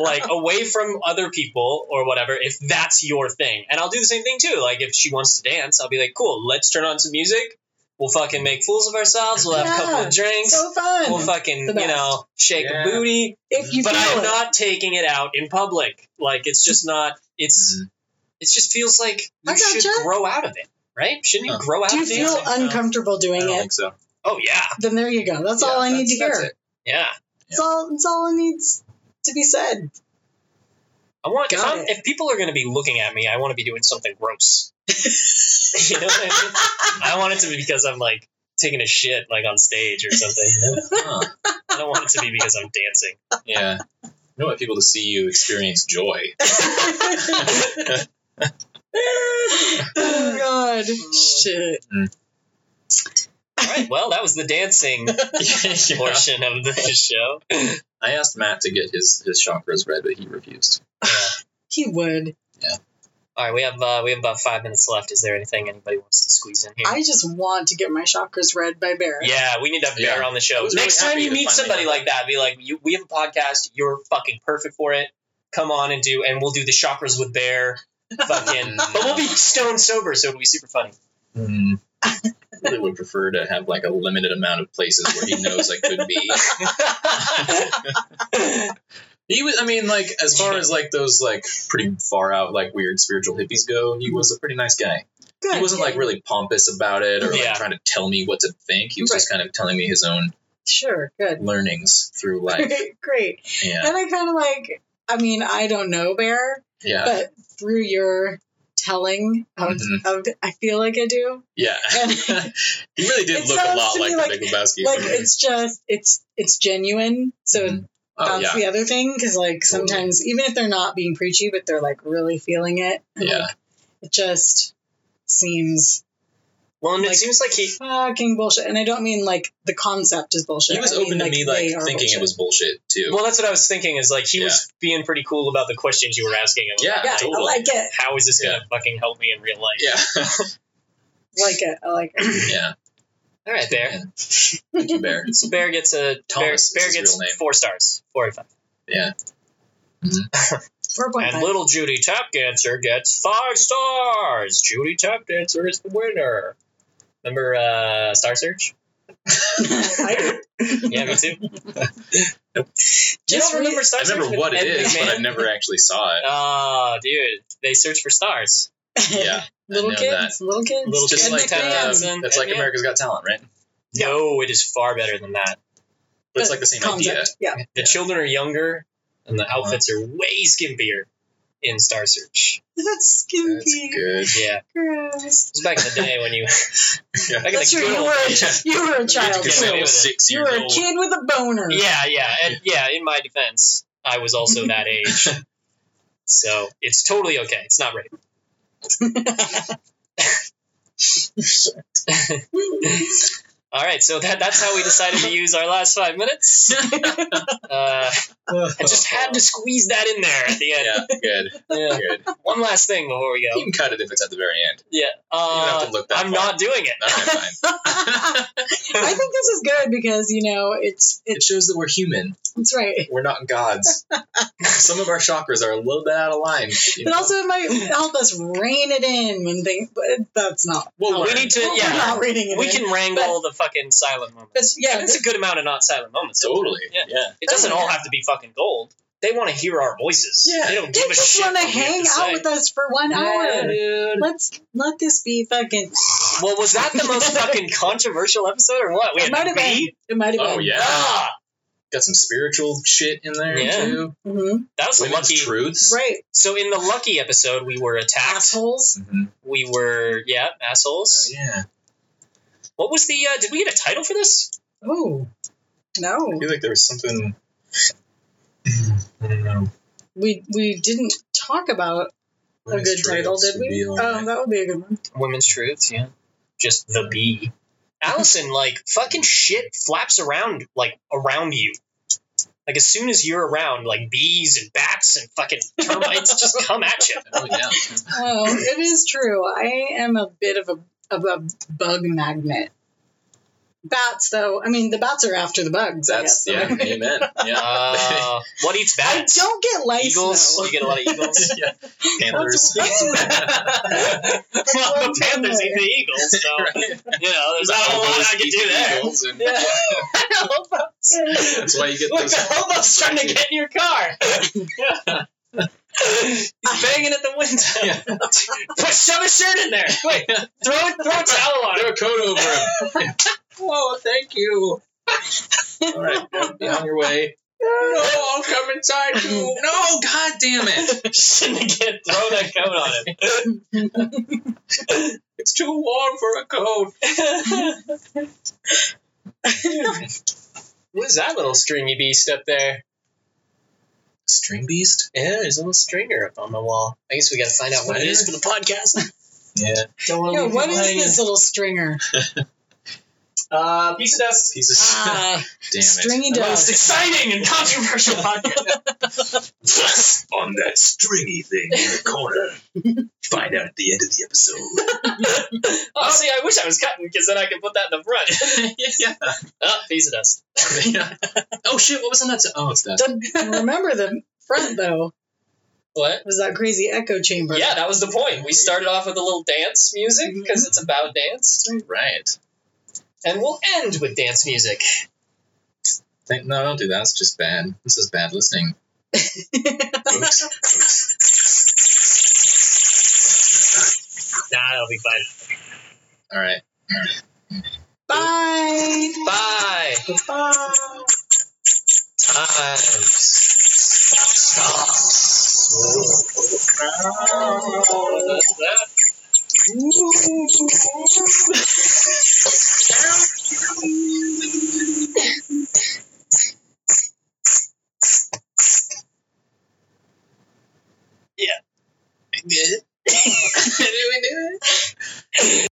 Speaker 4: like away from other people or whatever if that's your thing and i'll do the same thing too like if she wants to dance i'll be like cool let's turn on some music we'll fucking make fools of ourselves we'll have a couple
Speaker 3: Yeah.
Speaker 4: of drinks
Speaker 3: so fun.
Speaker 4: we'll fucking
Speaker 3: The
Speaker 4: you know shake
Speaker 2: Yeah.
Speaker 4: a booty
Speaker 3: if you
Speaker 4: but
Speaker 3: feel
Speaker 4: i'm
Speaker 3: it.
Speaker 4: not taking it out in public like it's just not it's it just feels like
Speaker 3: Mm-hmm. I
Speaker 4: you should
Speaker 3: gotcha.
Speaker 4: grow out of it right shouldn't you
Speaker 1: Huh.
Speaker 4: grow out
Speaker 3: Do you
Speaker 4: of
Speaker 3: feel
Speaker 4: dancing?
Speaker 1: uh,
Speaker 3: uncomfortable
Speaker 1: I
Speaker 3: doing
Speaker 1: don't
Speaker 3: it?
Speaker 1: think so.
Speaker 4: oh yeah
Speaker 3: Then there you go. That's
Speaker 1: Yeah,
Speaker 3: all I need
Speaker 1: that's-
Speaker 3: to hear.
Speaker 1: that's it.
Speaker 4: yeah
Speaker 3: It's all. It's all it needs to be said.
Speaker 4: I want if, I'm,
Speaker 3: Got it.
Speaker 4: if people are going to be looking at me, I want to be doing something gross. you know what I mean? I want it to be because I'm like taking a shit like on stage or something. you know?
Speaker 1: Huh.
Speaker 4: I don't want it to be because I'm dancing.
Speaker 1: Yeah. I want people to see you experience joy.
Speaker 3: oh God! Shit.
Speaker 4: All right, well, that was the dancing portion of the show.
Speaker 1: I asked Matt to get his, his chakras read, but he refused.
Speaker 3: He would.
Speaker 4: All right, we have uh, we have about five minutes left. Is there anything anybody wants to squeeze in here?
Speaker 3: I just want to get my chakras read by Barrett.
Speaker 4: yeah, we need that bear
Speaker 1: Yeah.
Speaker 4: on the
Speaker 1: I
Speaker 4: show.
Speaker 1: was really
Speaker 4: Next time
Speaker 1: happy
Speaker 4: you
Speaker 1: to
Speaker 4: meet
Speaker 1: finally
Speaker 4: somebody
Speaker 1: have
Speaker 4: like that, be like, you, "We have a podcast. You're fucking perfect for it. Come on and do, and we'll do the chakras with Bear." Fucking, but we'll be stone sober, so it'll be super funny.
Speaker 1: Mm. really would prefer to have like a limited amount of places where he knows I could be. He was, I mean, like as far as like those like pretty far out like weird spiritual hippies go, he was a pretty nice guy.
Speaker 3: Good.
Speaker 1: He wasn't like really pompous about it or like
Speaker 4: Yeah.
Speaker 1: trying to tell me what to think. He was just kind of telling me his own
Speaker 3: Sure. Good.
Speaker 1: learnings through life.
Speaker 3: Great. Great.
Speaker 1: Yeah,
Speaker 3: And I kind of like. I mean, I don't know Bear,
Speaker 1: yeah,
Speaker 3: but through your telling of,
Speaker 1: Mhm.
Speaker 3: of I feel like I do.
Speaker 1: yeah.
Speaker 3: And-
Speaker 1: he really did
Speaker 3: It
Speaker 1: look a
Speaker 3: sounds
Speaker 1: lot
Speaker 3: to
Speaker 1: like
Speaker 3: me
Speaker 1: the
Speaker 3: like-
Speaker 1: Big Lebowski.
Speaker 3: Like
Speaker 1: for me.
Speaker 3: it's just it's it's genuine. So
Speaker 1: Mhm. oh
Speaker 3: that's
Speaker 1: yeah,
Speaker 3: the other thing because like
Speaker 1: Totally.
Speaker 3: sometimes even if they're not being preachy, but they're like really feeling it. and,
Speaker 1: yeah.
Speaker 3: like, it just seems
Speaker 4: Well, and it
Speaker 3: Like-
Speaker 4: seems like he.
Speaker 3: fucking bullshit. And I don't mean like the concept is bullshit.
Speaker 1: he was
Speaker 3: I mean,
Speaker 1: open to me like
Speaker 3: they are
Speaker 1: thinking
Speaker 3: bullshit.
Speaker 1: it was bullshit too.
Speaker 4: Well, that's what I was thinking. Is like he was being pretty cool about the questions you were asking him.
Speaker 1: yeah,
Speaker 4: about,
Speaker 3: Yeah,
Speaker 4: like,
Speaker 1: totally.
Speaker 3: I like it.
Speaker 4: how is this gonna fucking help me in real life?
Speaker 1: yeah,
Speaker 3: Like it. I like it.
Speaker 1: yeah.
Speaker 4: All right, Bear.
Speaker 1: Yeah. Thank you, Bear.
Speaker 4: So Bear gets a Bear,
Speaker 1: Thomas is
Speaker 4: Bear
Speaker 1: his
Speaker 4: gets
Speaker 1: real name.
Speaker 4: four stars, four out of five.
Speaker 1: Yeah,
Speaker 3: Four point
Speaker 4: And
Speaker 3: five.
Speaker 4: little Judy Tap Dancer gets five stars. Judy Tap Dancer is the winner. Remember uh, Star Search?
Speaker 3: I-
Speaker 4: Yeah, me too. Do you
Speaker 3: Just
Speaker 4: don't remember
Speaker 3: re-
Speaker 4: Star
Speaker 1: I
Speaker 4: Search?
Speaker 1: remember
Speaker 4: with
Speaker 1: what it
Speaker 4: Ed
Speaker 1: is, but I
Speaker 4: McMahon?
Speaker 1: never actually saw it.
Speaker 4: Oh, dude, they search for stars.
Speaker 1: Yeah,
Speaker 3: little
Speaker 1: know
Speaker 3: kids. Little kids.
Speaker 4: Little
Speaker 1: It's just
Speaker 4: Ed
Speaker 3: Ed
Speaker 4: McMahon.
Speaker 1: like uh,
Speaker 3: McMahon.
Speaker 4: um, Ed
Speaker 1: that's like
Speaker 4: McMahon.
Speaker 1: America's Got Talent, right?
Speaker 4: No, it is far better than that.
Speaker 1: But it's like the same idea.
Speaker 3: concept. Yeah.
Speaker 4: The
Speaker 1: Yeah.
Speaker 4: children are younger, and the outfits are way skimpier in Star Search.
Speaker 3: That's
Speaker 1: That's
Speaker 3: skimpy.
Speaker 1: good.
Speaker 4: Yeah, it
Speaker 3: Gross.
Speaker 4: was back in the day when you.
Speaker 1: Yeah.
Speaker 4: back in
Speaker 3: That's
Speaker 4: the
Speaker 3: true.
Speaker 4: good
Speaker 3: You
Speaker 4: old
Speaker 3: were
Speaker 4: days.
Speaker 3: a, you were a child.
Speaker 4: get
Speaker 1: Because
Speaker 4: away
Speaker 1: I
Speaker 3: Too.
Speaker 4: with
Speaker 1: was
Speaker 4: it.
Speaker 1: six
Speaker 3: You
Speaker 1: years
Speaker 3: were a
Speaker 1: old.
Speaker 3: kid with a boner.
Speaker 4: Yeah, yeah, and, yeah. In my defense, I was also that age, so it's totally okay. It's not rape. All right, so that, that's how we decided to use our last five minutes. Uh, I just had to squeeze that in there at the end.
Speaker 1: Yeah, good.
Speaker 4: Yeah.
Speaker 1: Good.
Speaker 4: One last thing before we
Speaker 1: You
Speaker 4: go.
Speaker 1: can cut it if it's at the very end.
Speaker 4: Yeah,
Speaker 1: You don't have
Speaker 4: uh,
Speaker 1: to look that
Speaker 4: I'm
Speaker 1: far.
Speaker 4: not doing it.
Speaker 1: Okay, fine.
Speaker 3: I think this is good because you know it's
Speaker 1: It
Speaker 3: it's
Speaker 1: shows that we're human.
Speaker 3: it's right.
Speaker 1: We're not gods. Some of our chakras are a little bit out of line. you
Speaker 3: But
Speaker 1: know?
Speaker 3: also, it might help us rein it in when they. But that's not.
Speaker 1: We'll
Speaker 4: we
Speaker 1: learn.
Speaker 4: need to.
Speaker 3: we're
Speaker 4: Uh, Yeah,
Speaker 3: not reining it
Speaker 4: we
Speaker 3: in.
Speaker 4: can wrangle the fucking silent moments.
Speaker 3: But yeah,
Speaker 4: It's a good amount of not silent moments. isn't it?
Speaker 1: Totally.
Speaker 4: Yeah.
Speaker 1: yeah.
Speaker 4: It doesn't all have to be fucking gold. They want to hear our voices.
Speaker 1: Yeah.
Speaker 4: They don't
Speaker 3: they
Speaker 4: give a
Speaker 3: just
Speaker 4: shit.
Speaker 3: want to
Speaker 4: what we have
Speaker 3: hang
Speaker 4: to
Speaker 3: out
Speaker 4: say.
Speaker 3: with us for one
Speaker 4: Yeah,
Speaker 3: hour.
Speaker 4: dude.
Speaker 3: Let's let this be fucking.
Speaker 4: Well, was that the most fucking controversial episode or what? We
Speaker 3: It
Speaker 4: had
Speaker 3: might have been.
Speaker 4: B?
Speaker 3: It might have
Speaker 1: Oh
Speaker 3: been.
Speaker 1: yeah.
Speaker 4: Ah,
Speaker 1: Got some spiritual shit in there
Speaker 4: Yeah.
Speaker 1: too.
Speaker 3: Mhm.
Speaker 4: that was
Speaker 1: Women's
Speaker 4: lucky.
Speaker 1: truths.
Speaker 3: Right.
Speaker 4: So in the lucky episode, we were attacked.
Speaker 3: Assholes.
Speaker 1: hmm
Speaker 4: We were yeah, assholes.
Speaker 1: yeah.
Speaker 4: What was the? Uh, did we get a title for this?
Speaker 3: Ooh.
Speaker 1: I
Speaker 3: No,
Speaker 1: feel like there was something. I don't know.
Speaker 3: we we didn't talk about a
Speaker 1: Women's
Speaker 3: good title,
Speaker 1: truths
Speaker 3: did
Speaker 1: would
Speaker 3: we?
Speaker 1: be
Speaker 3: Oh,
Speaker 1: all right.
Speaker 3: that would be a good one.
Speaker 4: Women's Truth. Yeah, just the B. Allison, like fucking shit flaps around like around you. Like as soon as you're around, like bees and bats and fucking termites just come at you.
Speaker 1: Oh yeah.
Speaker 3: Oh, it is true. I am a bit of a of a bug magnet. bats, though. I mean, the bats are after the bugs.
Speaker 1: That's
Speaker 3: I guess.
Speaker 1: yeah, amen. Yeah,
Speaker 4: Uh, what eats
Speaker 3: I
Speaker 4: bats?
Speaker 3: don't get lice
Speaker 4: Eagles.
Speaker 3: though.
Speaker 4: You get a lot of eagles.
Speaker 1: yeah. Panthers.
Speaker 3: That's-
Speaker 4: well, the Panthers eat the Eagles, so
Speaker 1: Right.
Speaker 4: you know there's not a whole lot I can do there.
Speaker 1: Eagles and-
Speaker 4: Yeah.
Speaker 1: That's why you get
Speaker 4: Look,
Speaker 1: those.
Speaker 4: the hobo's trying to get in your car. He's banging at the window.
Speaker 1: Yeah.
Speaker 4: Put shove his shirt in there. Quick, throw it, throw a towel on
Speaker 1: Throw
Speaker 4: him.
Speaker 1: a coat over him. Whoa, thank you. All right, now be on your way. No, I'll come inside too. No, god damn it.
Speaker 4: Syndicate, throw that coat on him.
Speaker 1: It's too warm for a coat.
Speaker 4: What is that little stringy beast up there?
Speaker 1: String beast?
Speaker 4: Yeah, there's a little stringer up on the wall. I guess we gotta find out what it is for the podcast.
Speaker 1: Yeah.
Speaker 2: Don't wanna
Speaker 3: Yeah,
Speaker 2: leave
Speaker 3: what
Speaker 2: you
Speaker 3: is
Speaker 2: hanging.
Speaker 3: this little stringer?
Speaker 2: Uh, piece of dust.
Speaker 1: He's a
Speaker 3: Ah,
Speaker 1: damn it.
Speaker 3: stringy
Speaker 2: The
Speaker 3: dog.
Speaker 2: most exciting and controversial podcast.
Speaker 1: On that stringy thing in the corner. Find out at the end of the episode.
Speaker 4: Oh, see, I wish I was cutting because then I could put that in the front.
Speaker 1: yeah.
Speaker 4: oh, piece of dust.
Speaker 1: yeah. Oh shit, what was on that? s- Oh, it's that.
Speaker 3: The- remember the front though
Speaker 4: What?
Speaker 3: was that crazy echo chamber.
Speaker 4: Yeah, that was the point. We started off with a little dance music because it's about dance,
Speaker 1: Right.
Speaker 4: and we'll end with dance music.
Speaker 1: Think, no, don't do that. It's just bad. This is bad listening. Oops.
Speaker 4: Nah, that'll be fine.
Speaker 1: All right.
Speaker 3: Bye.
Speaker 4: Bye.
Speaker 3: Bye.
Speaker 4: Times.
Speaker 1: Good.